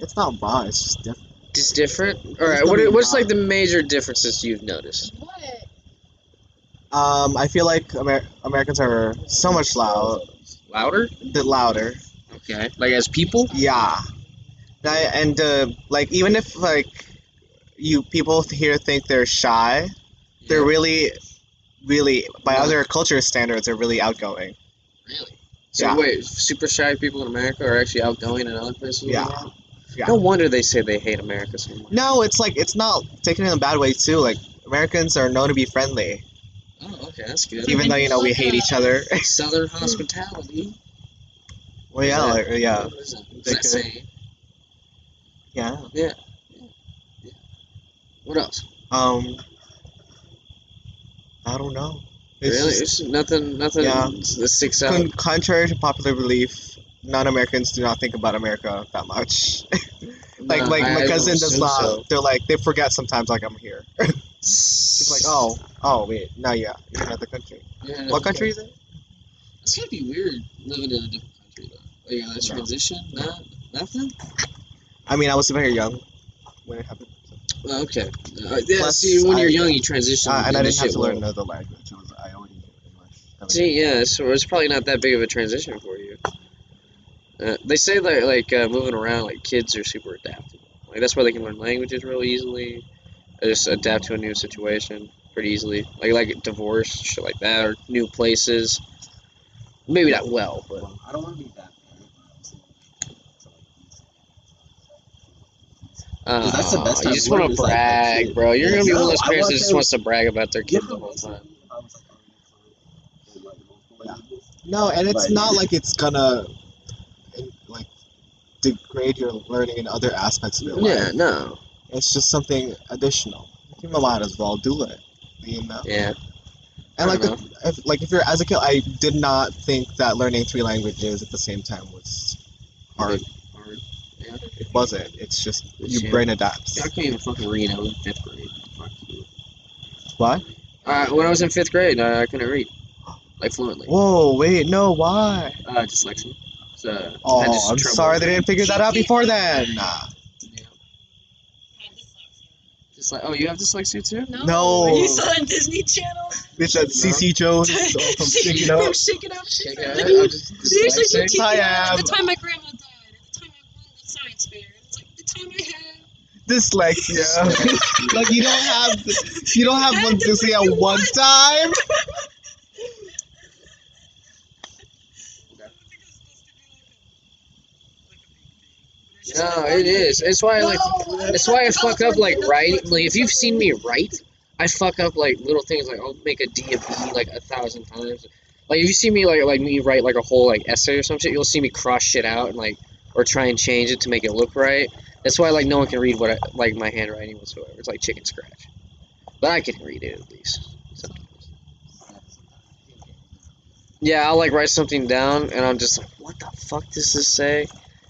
Speaker 3: It's not wrong. It's just different.
Speaker 1: Just different. All right.
Speaker 3: don't
Speaker 1: What
Speaker 3: be
Speaker 1: are, what's
Speaker 3: wrong.
Speaker 1: like the major differences you've noticed?
Speaker 2: What?
Speaker 3: Um, I feel like Amer- Americans are so much loud,
Speaker 1: Louder.
Speaker 3: the louder.
Speaker 1: Okay. Like as people.
Speaker 3: Yeah. That, and uh, like even if like you people here think they're shy, they're really, really by
Speaker 1: Yeah.
Speaker 3: other culture standards are really outgoing.
Speaker 1: Really? So
Speaker 3: Yeah.
Speaker 1: wait, super shy people in America are actually outgoing and other places. in the
Speaker 3: Yeah.
Speaker 1: world?
Speaker 3: Yeah.
Speaker 1: No wonder they say they hate America so much.
Speaker 3: No, it's like it's not taken in a bad way too. Like Americans are known to be friendly,
Speaker 1: Oh, okay, that's good.
Speaker 3: even though you know we hate each other. <laughs>
Speaker 1: <laughs> Southern hospitality.
Speaker 3: well, yeah, like, yeah,
Speaker 1: What is that? Is
Speaker 3: Uh, They
Speaker 1: that
Speaker 3: could.
Speaker 1: saying?
Speaker 3: yeah.
Speaker 1: What else?
Speaker 3: Um, I don't know. It's
Speaker 1: really?
Speaker 3: just-
Speaker 1: It's nothing. Nothing
Speaker 3: Yeah.
Speaker 1: that sticks out.
Speaker 3: con- contrary to popular belief, non-Americans do not think about America that much. <laughs> like,
Speaker 1: No,
Speaker 3: like
Speaker 1: I- I
Speaker 3: my
Speaker 1: don't
Speaker 3: cousin does
Speaker 1: assume
Speaker 3: not.
Speaker 1: so.
Speaker 3: They're like they forget sometimes. Like I'm here. <laughs> It's like oh, oh wait, no, yeah, you're another country.
Speaker 1: Yeah,
Speaker 3: What country is it?
Speaker 1: It's gonna be weird living in a different country though. Like a
Speaker 3: No.
Speaker 1: transition, not nothing.
Speaker 3: I mean, I was very young when it happened, so-
Speaker 1: Well, okay. Uh, yeah.
Speaker 3: Plus,
Speaker 1: see, when
Speaker 3: I-
Speaker 1: you're young, you transition.
Speaker 3: uh, and I
Speaker 1: into
Speaker 3: didn't have
Speaker 1: shit
Speaker 3: to learn
Speaker 1: world.
Speaker 3: another language. It was, I already knew English. That was-
Speaker 1: See, yeah, so it's probably not that big of a transition for you. Uh, they say that like uh, moving around, like kids are super adaptable. Like that's why they can learn languages real easily. They just adapt to a new situation pretty easily. Like like divorce, shit like that, or new places. Maybe not well, but
Speaker 6: Well, I don't want to be that parent. but I'm
Speaker 1: uh,
Speaker 6: saying, so, like, these- that's the best
Speaker 1: you
Speaker 6: time
Speaker 1: just
Speaker 6: to learn,
Speaker 1: want to
Speaker 6: is, like,
Speaker 1: brag,
Speaker 6: kid.
Speaker 1: bro. You're
Speaker 6: Yeah,
Speaker 1: gonna be one of
Speaker 6: no,
Speaker 1: those
Speaker 6: I
Speaker 1: parents
Speaker 6: want
Speaker 1: that just
Speaker 6: them-
Speaker 1: wants to brag about their
Speaker 6: Yeah,
Speaker 1: kid the
Speaker 6: but
Speaker 1: whole time.
Speaker 6: basically, if I was, like, already fluent in, like, multiple
Speaker 3: Yeah.
Speaker 6: languages,
Speaker 3: No, and it's
Speaker 6: Like-
Speaker 3: not like it's gonna in- like degrade your learning in other aspects of your life.
Speaker 1: Yeah, no.
Speaker 3: It's just something additional. You might as well do it, you know.
Speaker 1: Yeah.
Speaker 3: And like,
Speaker 1: fair
Speaker 3: with, if, like if you're as a kid, I did not think that learning three languages at the same time was hard.
Speaker 1: Yeah.
Speaker 3: It wasn't. It's just your
Speaker 1: Yeah.
Speaker 3: brain adapts.
Speaker 1: I can't even fucking read. I was in fifth grade. Fuck you.
Speaker 3: What?
Speaker 1: Uh, when I was in fifth grade, uh, I, I couldn't read, like fluently.
Speaker 3: Whoa! Wait, no. Why?
Speaker 1: Uh, dyslexia. So I
Speaker 3: Oh,
Speaker 1: had just
Speaker 3: I'm
Speaker 1: trouble
Speaker 3: sorry
Speaker 1: with
Speaker 3: they
Speaker 1: it.
Speaker 3: didn't figure that out before then. Nah.
Speaker 1: Yeah. Just like, oh, you have dyslexia too?
Speaker 2: No.
Speaker 3: No.
Speaker 2: Are you still on Disney Channel?
Speaker 3: It's
Speaker 1: <laughs>
Speaker 3: that CC Jones from Shake It Up.
Speaker 2: From Shake It Up.
Speaker 1: Shake it
Speaker 2: She's
Speaker 1: out.
Speaker 2: like,
Speaker 1: I'm just
Speaker 2: Seriously, you
Speaker 1: dyslexic.
Speaker 2: teach
Speaker 3: I
Speaker 2: me that.
Speaker 3: am.
Speaker 2: The time my grandma died, the time I won the science fair, it's like the time I had.
Speaker 1: <laughs>
Speaker 3: Dyslexia. like you don't have you don't have
Speaker 2: I
Speaker 3: one
Speaker 2: have to
Speaker 3: dyslexia
Speaker 2: do
Speaker 3: at one time.
Speaker 1: No, it is. It's why I like.
Speaker 2: No,
Speaker 1: It's why I fuck up like
Speaker 2: that's
Speaker 1: writing.
Speaker 2: what-
Speaker 1: Like if you've seen me write, I fuck up like little things. Like I'll make a D a B like a thousand times. Like if you see me like like me write like a whole like essay or some shit, you'll see me cross shit out and like or try and change it to make it look right. That's why like no one can read what I, like my handwriting whatsoever. It's like chicken scratch, but I can read it at least. Sometimes. yeah, I'll like write something down, and I'm just like, what the fuck does this say?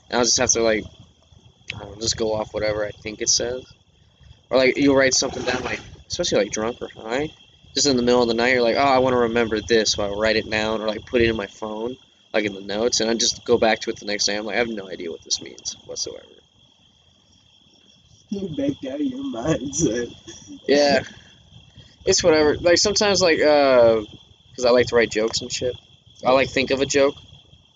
Speaker 1: And I'll just have to like, I don't know, Um, just go off whatever I think it says, or like you'll write something down, like especially like drunk or high, just in the middle of the night, you're like, oh, I want to remember this, so I write it down or like put it in my phone, like in the notes, and I just go back to it the next day. I'm like, I have no idea what this means whatsoever.
Speaker 6: You backed out of your mind, son.
Speaker 1: Yeah, it's whatever. Like sometimes like uh, because I like to write jokes and shit. I like think of a joke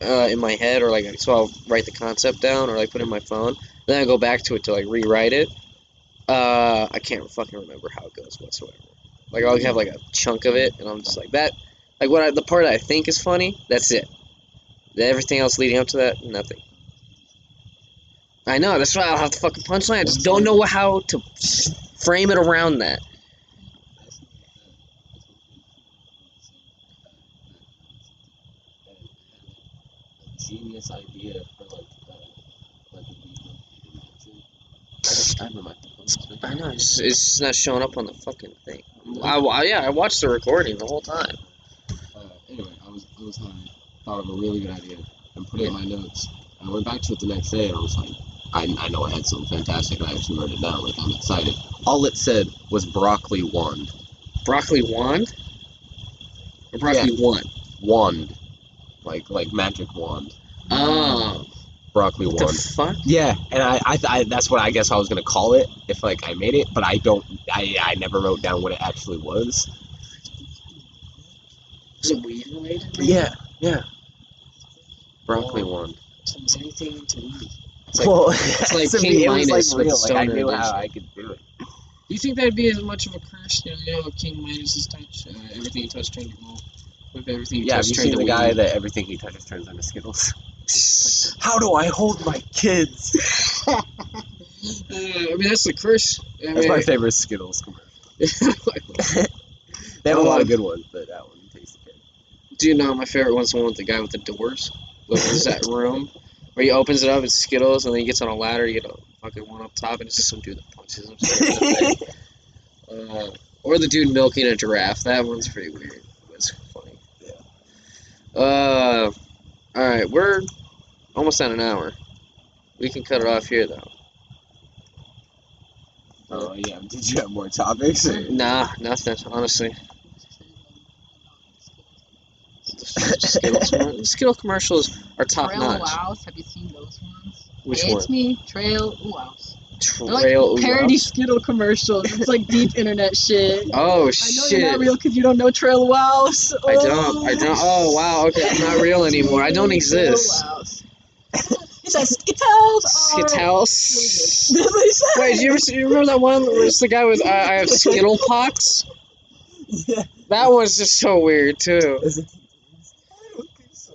Speaker 1: uh, in my head, or like so I'll write the concept down, or like put it in my phone. Then I go back to it to like rewrite it. Uh, I can't fucking remember how it goes whatsoever. Like I'll have like a chunk of it, and I'm just like that. Like what I, the part I think is funny, that's it. Everything else leading up to that, nothing. I know that's why I'll have the fucking punchline. I just don't know how to frame it around that.
Speaker 6: Genius idea for like uh, like a I remember my
Speaker 1: I know it's, it's just not showing up on the fucking thing. I, wa- yeah, I watched the recording the whole time.
Speaker 6: uh, anyway, I was I was high, thought of a really good idea, and put it in my notes. And I went back to it the next day, and I was like, I, I know I had something fantastic, and I actually wrote it down. Like I'm excited. All it said was broccoli wand,
Speaker 1: Broccoli wand. Or broccoli wand.
Speaker 6: wand, like like magic wand,
Speaker 1: Oh,
Speaker 6: broccoli
Speaker 1: what the
Speaker 6: wand.
Speaker 1: fuck?
Speaker 6: Yeah, and I, I, I that's what I guess I was gonna call it if like I made it, but I don't. I I never wrote down what it actually was.
Speaker 1: Is it weed related? man?
Speaker 6: Yeah, yeah. Broccoli wand.
Speaker 1: Turns anything into weed. It's like-
Speaker 6: Well, <laughs>
Speaker 1: like
Speaker 6: to me,
Speaker 1: King
Speaker 6: it was,
Speaker 1: Midas with the
Speaker 6: like, real, like, I
Speaker 1: stoner
Speaker 6: knew how
Speaker 1: edition.
Speaker 6: I could do it.
Speaker 2: Do you think that'd be as much of a curse? You know, you know how King Midas' touch, uh, everything he touched turned to gold. What if everything he
Speaker 6: Yeah, have
Speaker 2: touched
Speaker 6: you
Speaker 2: turned
Speaker 6: seen
Speaker 2: to
Speaker 6: the
Speaker 2: weed?
Speaker 6: guy that everything he touches turns into Skittles? <laughs> How do I hold my kids?
Speaker 2: Uh, I mean, that's the curse. I
Speaker 6: That's
Speaker 2: mean,
Speaker 6: my favorite Skittles commercial.
Speaker 1: <laughs>
Speaker 6: <laughs> They
Speaker 4: Oh,
Speaker 6: have a lot of good ones, but that one tastes good.
Speaker 1: Do you know my favorite one's the one with the guy with the doors? What is that room where he opens it up, it's Skittles, and then he gets on a ladder, you get a fucking one up top, and it's just some dude that punches him. straight in the face. uh, or the dude milking a giraffe. That one's pretty weird. That's funny. Yeah. Uh, all right, we're almost at an hour. We can cut it off here though.
Speaker 6: Oh yeah, did you have more <laughs> topics? or-
Speaker 1: Nah, nothing. Honestly, Skittles, one- Skittle commercials are top
Speaker 2: Trail
Speaker 1: notch.
Speaker 2: Wows. Have you seen those ones?
Speaker 1: Which
Speaker 2: it's
Speaker 1: one?
Speaker 2: me, Trail Wows. They're
Speaker 1: Trail
Speaker 2: like parody
Speaker 1: Oops.
Speaker 2: Skittle commercials. It's like deep
Speaker 1: <laughs>
Speaker 2: internet shit.
Speaker 1: Oh
Speaker 2: I know
Speaker 1: shit!
Speaker 2: you're not real because you don't know Trail Wows.
Speaker 1: I don't. I don't. Oh wow. Okay, I'm not real anymore. I don't exist.
Speaker 2: It's like Skittles. are-
Speaker 1: Skittles.
Speaker 2: <laughs> That's what he said.
Speaker 1: <laughs> Wait, do you ever see, you remember that one where it's the guy with I, I have Skittle pox?
Speaker 6: yeah.
Speaker 1: That was just so weird too.
Speaker 6: <laughs> Is <laughs> it?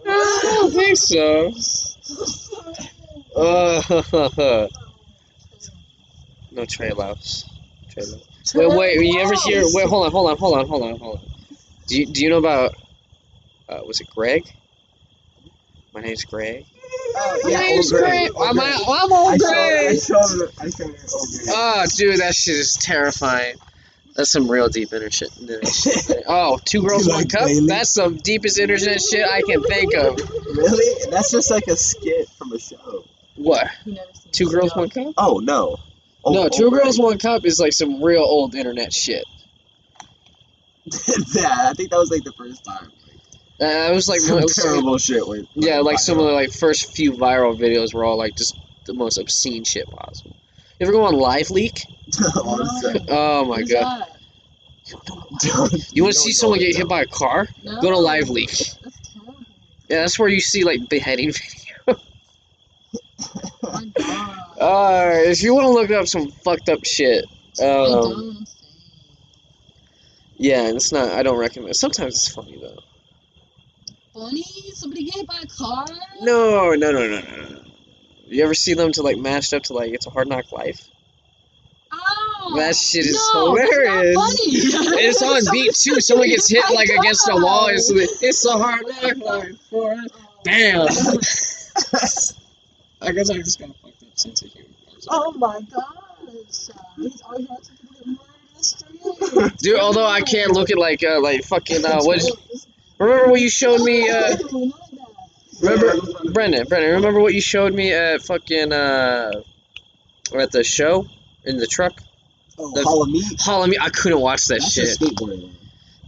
Speaker 1: I don't think so. Uh, <laughs> no trail laps. Trail laps. Wait, wait. You ever hear? Wait, hold on, hold on, hold on, hold on, hold on. Do you, do you know about? Uh, was it Greg? My name's Greg.
Speaker 6: Oh,
Speaker 1: My name's Greg. I'm, I'm
Speaker 6: I
Speaker 1: old
Speaker 6: saw, I
Speaker 1: Greg.
Speaker 6: saw, the- I saw your old
Speaker 1: <laughs>
Speaker 6: grade.
Speaker 1: Oh, dude, that shit is terrifying. That's some real deep internet
Speaker 6: <laughs>
Speaker 1: shit. internet shit. Oh, two girls,
Speaker 6: You
Speaker 1: one
Speaker 6: like
Speaker 1: cup.
Speaker 6: Bailey?
Speaker 1: That's some deepest internet shit I can think
Speaker 2: <laughs>
Speaker 1: of.
Speaker 6: Really? That's just like a skit from a show.
Speaker 1: What?
Speaker 2: You never seen
Speaker 1: Two girls,
Speaker 2: Skittles.
Speaker 1: one cup?
Speaker 6: Oh no. Oh,
Speaker 1: no,
Speaker 6: oh,
Speaker 1: two
Speaker 6: right.
Speaker 1: girls, one cup is like some real old internet <laughs> shit.
Speaker 6: yeah, I think that was like the first time.
Speaker 1: Uh, it was <laughs> like,
Speaker 6: Like, some
Speaker 1: it was like-
Speaker 6: oh, terrible shit <laughs> went.
Speaker 1: yeah, like some of the
Speaker 6: viral.
Speaker 1: like first few viral videos were all like just the most obscene shit possible. You ever go on Live Leak?
Speaker 6: All of a <laughs> sudden.
Speaker 1: Oh my
Speaker 2: What is
Speaker 1: god!
Speaker 2: that?
Speaker 1: You want
Speaker 6: No,
Speaker 1: to see
Speaker 6: no,
Speaker 1: someone get
Speaker 6: no.
Speaker 1: hit by a car?
Speaker 2: No.
Speaker 1: Go to Live Leak.
Speaker 2: That's terrible.
Speaker 1: Yeah, that's where you see like beheading <laughs>
Speaker 2: Oh my
Speaker 1: <laughs>
Speaker 2: god.
Speaker 1: Uh, if you want to look up some fucked up shit,
Speaker 2: I
Speaker 1: um,
Speaker 2: don't.
Speaker 1: yeah, and it's not. I don't recommend. Sometimes it's funny though.
Speaker 2: Bunny? Somebody get hit by a car?
Speaker 1: No, no, no, no, no, no. no. You ever see them to like mashed up to like it's a hard knock life?
Speaker 2: Oh,
Speaker 1: That shit is
Speaker 2: no, that's not
Speaker 1: hilarious.
Speaker 2: funny. <laughs>
Speaker 1: And it's on
Speaker 2: Someone
Speaker 1: beat too. Someone gets hit
Speaker 2: by a
Speaker 1: like against the wall.
Speaker 2: car.
Speaker 1: It's it's a hard knock life for us. Damn. <laughs> I guess I just got a fucked up sense of humor.
Speaker 2: Oh my gosh. These are your
Speaker 1: <laughs>
Speaker 2: people get murdered in the street.
Speaker 1: Dude, although I can't look at like uh, like fucking uh, what Remember what you showed
Speaker 2: <laughs>
Speaker 1: me? Uh, remember, Brendan, Brendan. Remember what you showed me at fucking uh, at the show in the truck?
Speaker 6: Oh,
Speaker 1: The-
Speaker 6: Hall of Meat?
Speaker 1: Hollow me. I couldn't watch that
Speaker 6: That's
Speaker 1: shit.
Speaker 6: just skateboarding.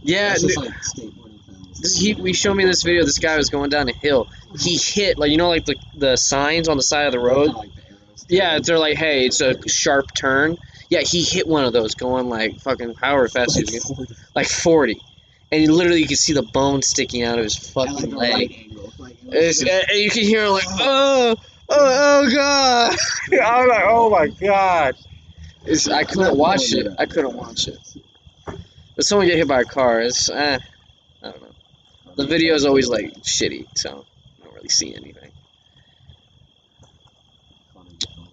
Speaker 1: Yeah,
Speaker 6: That's just
Speaker 1: dude,
Speaker 6: like skateboarding things.
Speaker 1: he we showed me this video. This guy was going down a hill. He hit like you know like the the signs on the side of the road.
Speaker 6: Kinda like the arrows.
Speaker 1: Yeah, they're like, hey, it's a sharp turn. Yeah, he hit one of those going like fucking however fast he was going,
Speaker 6: Like,
Speaker 1: like forty, and he literally you could see the bone sticking out of his
Speaker 6: at,
Speaker 1: fucking
Speaker 6: like, a
Speaker 1: leg.
Speaker 6: right angle. Like, it was
Speaker 1: It's,
Speaker 6: just-
Speaker 1: and and you can hear like, oh, oh, oh god. <laughs> I'm like, oh my god. It's, I couldn't watch it. I couldn't watch it. But someone get hit by a car. It's, eh, I don't know. The video is always like shitty, so I don't really see anything. My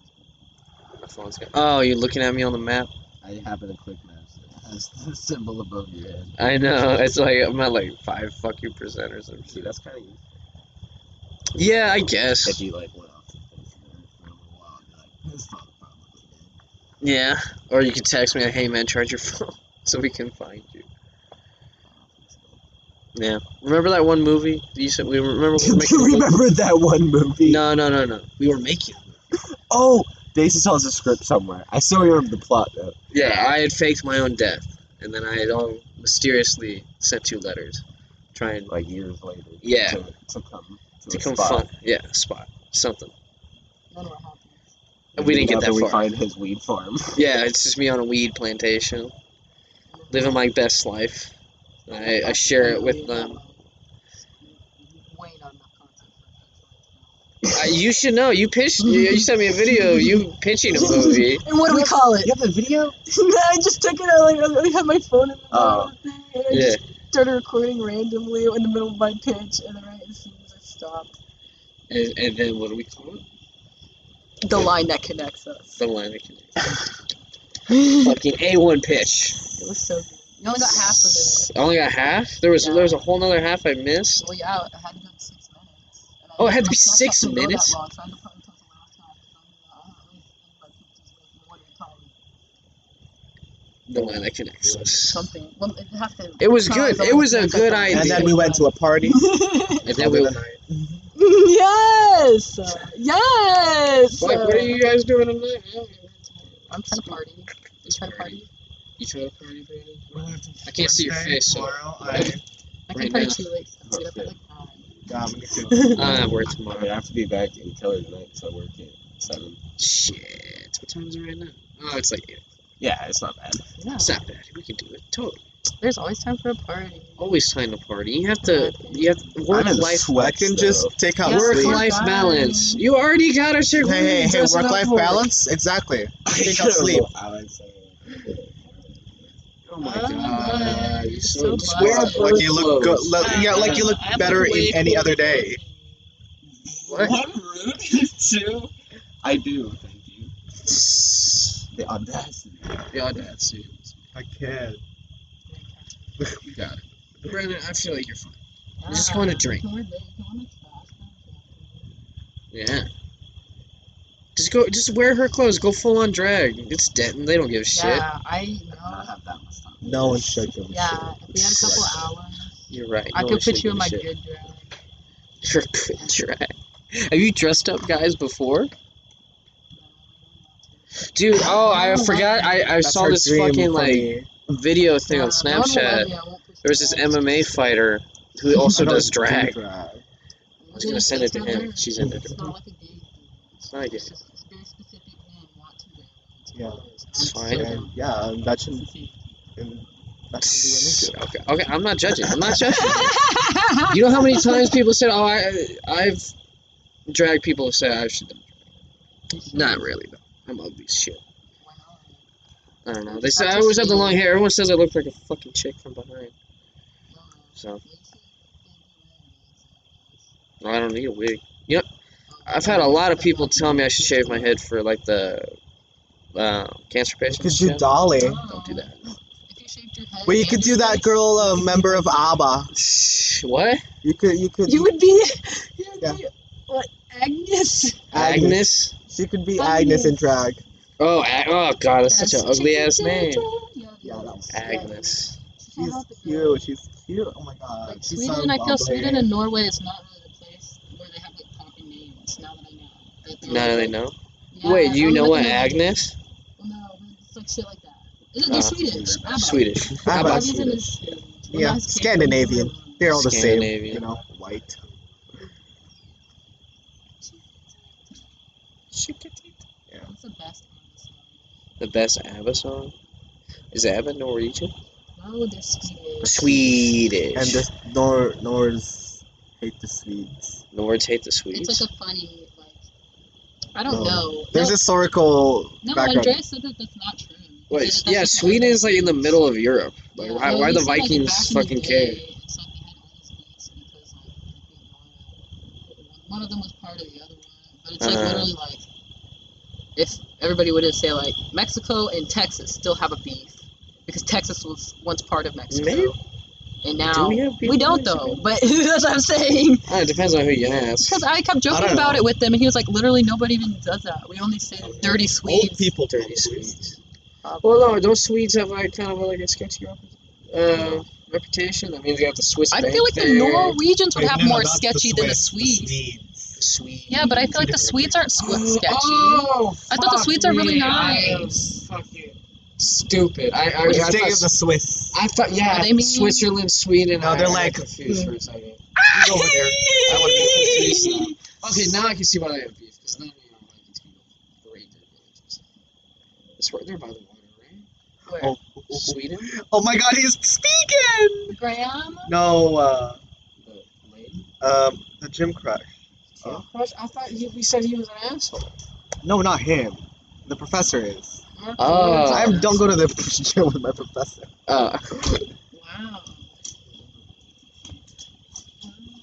Speaker 1: phone's got- Oh, you're looking at me on the map.
Speaker 6: I happen to click maps. <laughs> It has the symbol above your head.
Speaker 1: I know. <laughs> It's like I'm at like five fucking percent or some
Speaker 6: See,
Speaker 1: shit.
Speaker 6: that's kind of
Speaker 1: Yeah, I guess.
Speaker 6: If you like went off the face of the earth for a little while, you're like, this fuck probably did.
Speaker 1: Yeah. Or you could text me, hey man, charge your <laughs> phone so we can find you. Yeah. Remember that one movie? You said we
Speaker 4: <laughs>
Speaker 1: remember we were making. a movie?
Speaker 4: remember that one movie?
Speaker 1: No, no, no, no. We were making. a movie.
Speaker 4: Oh, Daisy saw the script somewhere. I still remember the plot though.
Speaker 1: Yeah, I had faked my own death, and then I had all mysteriously sent two letters, trying
Speaker 4: Like years later.
Speaker 1: Yeah.
Speaker 4: To, to come to,
Speaker 1: to
Speaker 4: a
Speaker 1: come
Speaker 4: spot.
Speaker 1: find. Yeah, spot something.
Speaker 2: None of it happened.
Speaker 1: And we didn't get
Speaker 4: After
Speaker 1: that
Speaker 4: we
Speaker 1: far.
Speaker 4: find his weed farm.
Speaker 1: Yeah, it's just me on a weed plantation, living my best life. I, I share it with them.
Speaker 2: Way not enough content for
Speaker 1: I, you should know. You pitched. You you sent me a video of you pitching a movie.
Speaker 2: that. And what do we call it?
Speaker 4: You have
Speaker 2: <laughs>
Speaker 4: a video?
Speaker 2: I just took it out. Like, I had my phone in the middle
Speaker 4: Oh.
Speaker 2: of the thing, and I
Speaker 1: Yeah.
Speaker 2: just started recording randomly in the middle of my pitch, and then right as soon as I stopped,
Speaker 1: And, and then what do we call it?
Speaker 2: the line that connects us.
Speaker 1: The line that connects.
Speaker 2: it
Speaker 1: Fucking A1 pitch.
Speaker 2: was so good. You only got half of it.
Speaker 1: I only got half. There was
Speaker 2: Yeah.
Speaker 1: there was a whole nother half I missed.
Speaker 2: Well, yeah, it had to go to six minutes. And I-
Speaker 1: Oh, it had to be
Speaker 2: my Snapchat
Speaker 1: six
Speaker 2: didn't go that
Speaker 1: minutes?
Speaker 2: long, so I had to put it into the laptop, so I don't know, I don't really think about pictures, like, what do you call it?
Speaker 1: The line that connects us.
Speaker 2: Something. Well, it have to.
Speaker 1: It was
Speaker 2: it's not
Speaker 1: good.
Speaker 2: like the
Speaker 1: It was a
Speaker 2: Snapchat
Speaker 1: good
Speaker 2: thing.
Speaker 1: idea.
Speaker 4: And then we went to a party.
Speaker 1: And then we, like,
Speaker 2: <laughs> yes. Yes.
Speaker 1: what are you guys doing tonight?
Speaker 2: I'm trying to party. You trying to party?
Speaker 1: You trying to party, Brandon?
Speaker 3: I
Speaker 1: can't see your face, so-
Speaker 3: Tomorrow,
Speaker 1: <laughs>
Speaker 3: I,
Speaker 2: I
Speaker 1: Right
Speaker 2: can party
Speaker 1: now.
Speaker 2: too late. so Get up at like
Speaker 3: Dominic,
Speaker 1: <laughs>
Speaker 2: nine.
Speaker 1: I'm at work
Speaker 6: Uh, I mean, I
Speaker 1: tomorrow.
Speaker 6: have to be back in Kelly tonight because I work at 7.
Speaker 1: Shit. What time is it right now? Oh, it's like eight.
Speaker 6: Yeah, it's not bad.
Speaker 2: yeah.
Speaker 1: It's not bad. We can do it. Totally.
Speaker 2: There's always time for a party.
Speaker 1: Always time to party. You have to. You have to work
Speaker 4: I'm in the
Speaker 1: life.
Speaker 4: sweats,
Speaker 3: I can just
Speaker 4: though.
Speaker 3: take out
Speaker 2: Yeah.
Speaker 1: Work
Speaker 3: sleep.
Speaker 1: life
Speaker 2: Bye.
Speaker 1: balance. You already got a chick.
Speaker 3: Hey, hey, hey, work life balance? Exactly.
Speaker 6: <laughs>
Speaker 3: Take out sleep.
Speaker 6: Alex,
Speaker 1: Oh my
Speaker 2: Oh my
Speaker 1: god.
Speaker 2: God,
Speaker 1: You're
Speaker 2: you're
Speaker 1: so
Speaker 2: so
Speaker 1: square
Speaker 2: blessed.
Speaker 1: bird
Speaker 3: Like you look good.
Speaker 1: clothes.
Speaker 3: Look, yeah, like you look
Speaker 2: I have
Speaker 3: better
Speaker 2: way
Speaker 3: in any
Speaker 2: cooler
Speaker 3: other day.
Speaker 1: What?
Speaker 6: too. I do, thank you. The audacity.
Speaker 1: The audacity.
Speaker 3: I can't.
Speaker 1: You got it. Brandon, I feel like you're fine.
Speaker 2: Ah,
Speaker 1: just going to drink.
Speaker 2: you can wear that, you can wear that fast outfit.
Speaker 1: Yeah. Just go. Just wear her clothes. Go full on drag. It's Denton. They don't give a shit.
Speaker 2: Yeah, I
Speaker 6: I
Speaker 2: know.
Speaker 6: have that much time.
Speaker 4: No one should give a shit.
Speaker 2: Yeah, if we had a couple hours,
Speaker 1: You're right.
Speaker 2: I
Speaker 1: no
Speaker 2: could
Speaker 1: one should
Speaker 2: put you
Speaker 1: give
Speaker 2: in
Speaker 1: a
Speaker 2: my
Speaker 1: shit.
Speaker 2: good dress.
Speaker 1: You're <laughs> good drag. Have you dressed up guys before? Dude, oh, I forgot. I, I
Speaker 3: That's
Speaker 1: saw
Speaker 3: her
Speaker 1: this
Speaker 3: dream
Speaker 1: fucking
Speaker 3: for
Speaker 1: like
Speaker 3: me.
Speaker 1: video thing on
Speaker 2: Uh, no one will let
Speaker 1: Snapchat.
Speaker 2: me, I won't push
Speaker 1: There was this
Speaker 2: back.
Speaker 1: MMA fighter who also
Speaker 2: <laughs>
Speaker 3: I don't
Speaker 1: does
Speaker 3: do
Speaker 1: drag.
Speaker 3: drag.
Speaker 1: I was gonna send it to him. She's into
Speaker 2: It's
Speaker 1: it.
Speaker 2: not like a gay thing. It's
Speaker 1: not gay.
Speaker 2: just- It's very specific men want to wear. what
Speaker 3: Yeah.
Speaker 2: clothes.
Speaker 1: It's
Speaker 2: I'm
Speaker 1: fine.
Speaker 2: so
Speaker 3: And,
Speaker 2: down.
Speaker 3: yeah, and that shouldn't.
Speaker 2: It's easy.
Speaker 3: And that shouldn't
Speaker 1: Okay, okay, I'm not judging. I'm not judging. you know how many times people said, "Oh, I, I've drag people have said I should." Not really though. I'm ugly as shit.
Speaker 2: Why not?
Speaker 1: I don't know. They said I always have the long hair. Everyone says I look like a fucking chick from behind.
Speaker 2: No, no.
Speaker 1: So
Speaker 2: You see, you
Speaker 1: I don't need a wig.
Speaker 2: can't do that.
Speaker 1: I've had a lot of people tell me I should shave my head for like the uh, cancer
Speaker 3: You could
Speaker 1: patients.
Speaker 3: do
Speaker 1: shit.
Speaker 3: Dolly.
Speaker 2: No,
Speaker 1: Don't do that.
Speaker 2: If you shaved your head
Speaker 3: Well, you
Speaker 2: and
Speaker 3: could
Speaker 2: your
Speaker 3: do that
Speaker 2: face,
Speaker 3: girl, uh, member of ABBA.
Speaker 1: What?
Speaker 3: You could, you could.
Speaker 2: You would be. You would
Speaker 3: Yeah.
Speaker 2: be what Agnes?
Speaker 3: Agnes.
Speaker 1: Agnes?
Speaker 3: She could be Agnes in
Speaker 2: Agnes.
Speaker 3: drag.
Speaker 1: Oh, Ag- oh God, that's such an
Speaker 2: Yes.
Speaker 1: ugly ass name.
Speaker 2: Yeah,
Speaker 3: Yeah, that was-
Speaker 2: yeah.
Speaker 1: Agnes.
Speaker 2: She can't
Speaker 3: She's
Speaker 2: help it. though.
Speaker 3: cute. She's cute. Oh my god.
Speaker 2: Like
Speaker 3: she's
Speaker 2: Sweden,
Speaker 3: so
Speaker 2: I feel
Speaker 3: bubbly.
Speaker 2: Sweden and Norway is not really the place where they have like popping names. Now that I know. That they're
Speaker 1: Now that I
Speaker 2: like-
Speaker 1: know.
Speaker 2: Yeah,
Speaker 1: Wait, do you
Speaker 2: I'm
Speaker 1: know what
Speaker 2: looking at-
Speaker 1: Agnes?
Speaker 2: No, but it's like shit like that. It's,
Speaker 1: Ah,
Speaker 2: they're Swedish. ABBA.
Speaker 1: <laughs> Swedish.
Speaker 3: How
Speaker 2: ABBA
Speaker 3: about
Speaker 2: is in
Speaker 3: Sweden?
Speaker 2: this-
Speaker 3: Yeah,
Speaker 2: Well, that's
Speaker 3: Scandinavian.
Speaker 2: Canadian.
Speaker 3: They're all the same.
Speaker 1: Scandinavian.
Speaker 3: You know, white.
Speaker 2: What's the best ABBA song?
Speaker 1: The best ABBA song? Is ABBA Norwegian?
Speaker 2: No, Oh, they're Swedish.
Speaker 1: Swedish.
Speaker 3: And the Nor Nords hate the Swedes.
Speaker 1: Nords hate the Swedes.
Speaker 2: It's like a funny like. I don't
Speaker 3: No.
Speaker 2: know.
Speaker 3: Um, There's
Speaker 2: no,
Speaker 3: historical
Speaker 2: no
Speaker 3: background.
Speaker 2: Andrea said that that's not true. He
Speaker 1: Wait,
Speaker 2: said that that's
Speaker 1: yeah,
Speaker 2: just
Speaker 1: Sweden
Speaker 2: like-
Speaker 1: is like in the middle of Europe. Like,
Speaker 2: Yeah,
Speaker 1: why,
Speaker 2: no,
Speaker 1: why
Speaker 2: he
Speaker 1: the
Speaker 2: said, like,
Speaker 1: Vikings
Speaker 2: back in
Speaker 1: fucking
Speaker 2: the
Speaker 1: care?
Speaker 2: day, it's like they had all these leaks because, like, I think one- One of them was part of the other one, but it's like
Speaker 1: Uh-huh.
Speaker 2: literally like if everybody would have said like Mexico and Texas still have a beef because Texas was once part of Mexico,
Speaker 1: Maybe.
Speaker 2: and now
Speaker 1: Do we have beef
Speaker 2: we
Speaker 1: with
Speaker 2: don't
Speaker 1: Mexico?
Speaker 2: though. But <laughs> that's what I'm saying.
Speaker 1: Ah, it depends on who you ask.
Speaker 2: Because I kept
Speaker 3: I
Speaker 2: joking
Speaker 3: don't
Speaker 2: about
Speaker 3: know.
Speaker 2: it with him, and he was like, literally nobody even does that. We only say dirty Swedes.
Speaker 3: Old people
Speaker 1: Dirty
Speaker 3: probably.
Speaker 1: Swedes. Well, no, don't Swedes have like kind of like a sketchy rep- uh, reputation? That means you have the Swiss.
Speaker 2: I feel like
Speaker 1: bank
Speaker 2: the
Speaker 1: there.
Speaker 2: Norwegians would
Speaker 3: Wait,
Speaker 2: have
Speaker 3: no, no,
Speaker 2: more
Speaker 3: that's
Speaker 2: sketchy than the Swedes.
Speaker 1: Swedes.
Speaker 2: Yeah, but I feel like the Swedes aren't swe- sketchy.
Speaker 1: Oh,
Speaker 2: I thought the
Speaker 1: fuck
Speaker 2: Swedes are really
Speaker 1: me, I am
Speaker 2: nice.
Speaker 1: Fucking stupid. I I, I,
Speaker 3: We're thinking
Speaker 1: thought,
Speaker 3: of the Swiss.
Speaker 1: I thought yeah,
Speaker 2: Are they mean?
Speaker 1: Switzerland, Sweden.
Speaker 3: No,
Speaker 1: I-
Speaker 3: they're
Speaker 1: I got
Speaker 3: like-
Speaker 1: confused
Speaker 2: <laughs>
Speaker 1: for a second.
Speaker 3: Go over there.
Speaker 1: I would be confused now. Okay, now I can see why they have beef, because none of you are Vikings people. Great, they're villages. It's right there by the water, right?
Speaker 2: Where?
Speaker 3: Oh, oh, oh,
Speaker 1: Sweden?
Speaker 3: oh. <laughs> Oh my god, he's speaking!
Speaker 2: Graham?
Speaker 3: No, uh,
Speaker 1: The Leyden?
Speaker 3: um, the gym crush.
Speaker 1: Camp Crush? I thought he, we said he was an asshole.
Speaker 3: No, not him. The professor is.
Speaker 2: Mark
Speaker 1: Oh.
Speaker 2: Lawrence.
Speaker 3: I don't go to the <laughs> gym with my professor.
Speaker 1: Uh,
Speaker 2: Wow.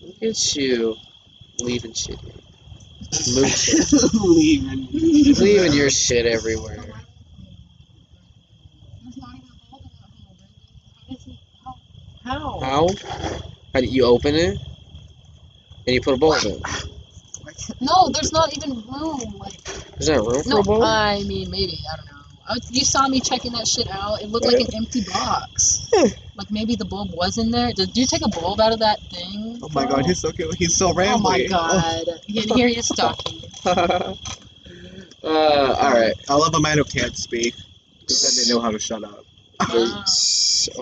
Speaker 1: look at you. Leaving shit. Move shit.
Speaker 3: <laughs> Leaving.
Speaker 1: Leaving your shit everywhere.
Speaker 2: How?
Speaker 1: How? How do you open it? And you put a bowl in it.
Speaker 2: No, there's not even room. Like,
Speaker 1: Is that room for
Speaker 2: no,
Speaker 1: a bowl?
Speaker 2: I mean, maybe. I don't know. I was- you saw me checking that shit out. It looked like an empty box. like, maybe the bulb was in there. Did you take a bulb out of that thing?
Speaker 3: Oh my god, he's so cute. He's so rambling.
Speaker 2: Oh my god. You can hear you stalking.
Speaker 1: <laughs> uh, alright.
Speaker 3: Oh. I love a man who can't speak. 'cause Then they know how to shut up.
Speaker 2: Wow.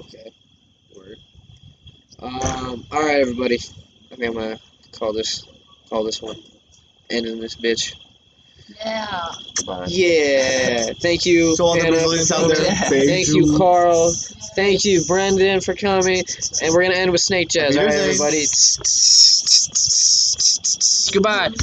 Speaker 1: Okay. Word. Um. All right, everybody. I think I'm gonna call this call this one. Ending this bitch.
Speaker 2: Yeah.
Speaker 6: Goodbye.
Speaker 1: Yeah. Thank you.
Speaker 3: So all the
Speaker 1: Hannah,
Speaker 3: Brazilians
Speaker 1: for
Speaker 3: out there,
Speaker 1: coming.
Speaker 3: thank
Speaker 1: Thank you,
Speaker 3: you.
Speaker 1: Carl. Thank you, Brendan, for coming. And we're gonna end with snake jazz. All right,
Speaker 3: Bye.
Speaker 1: everybody. Goodbye.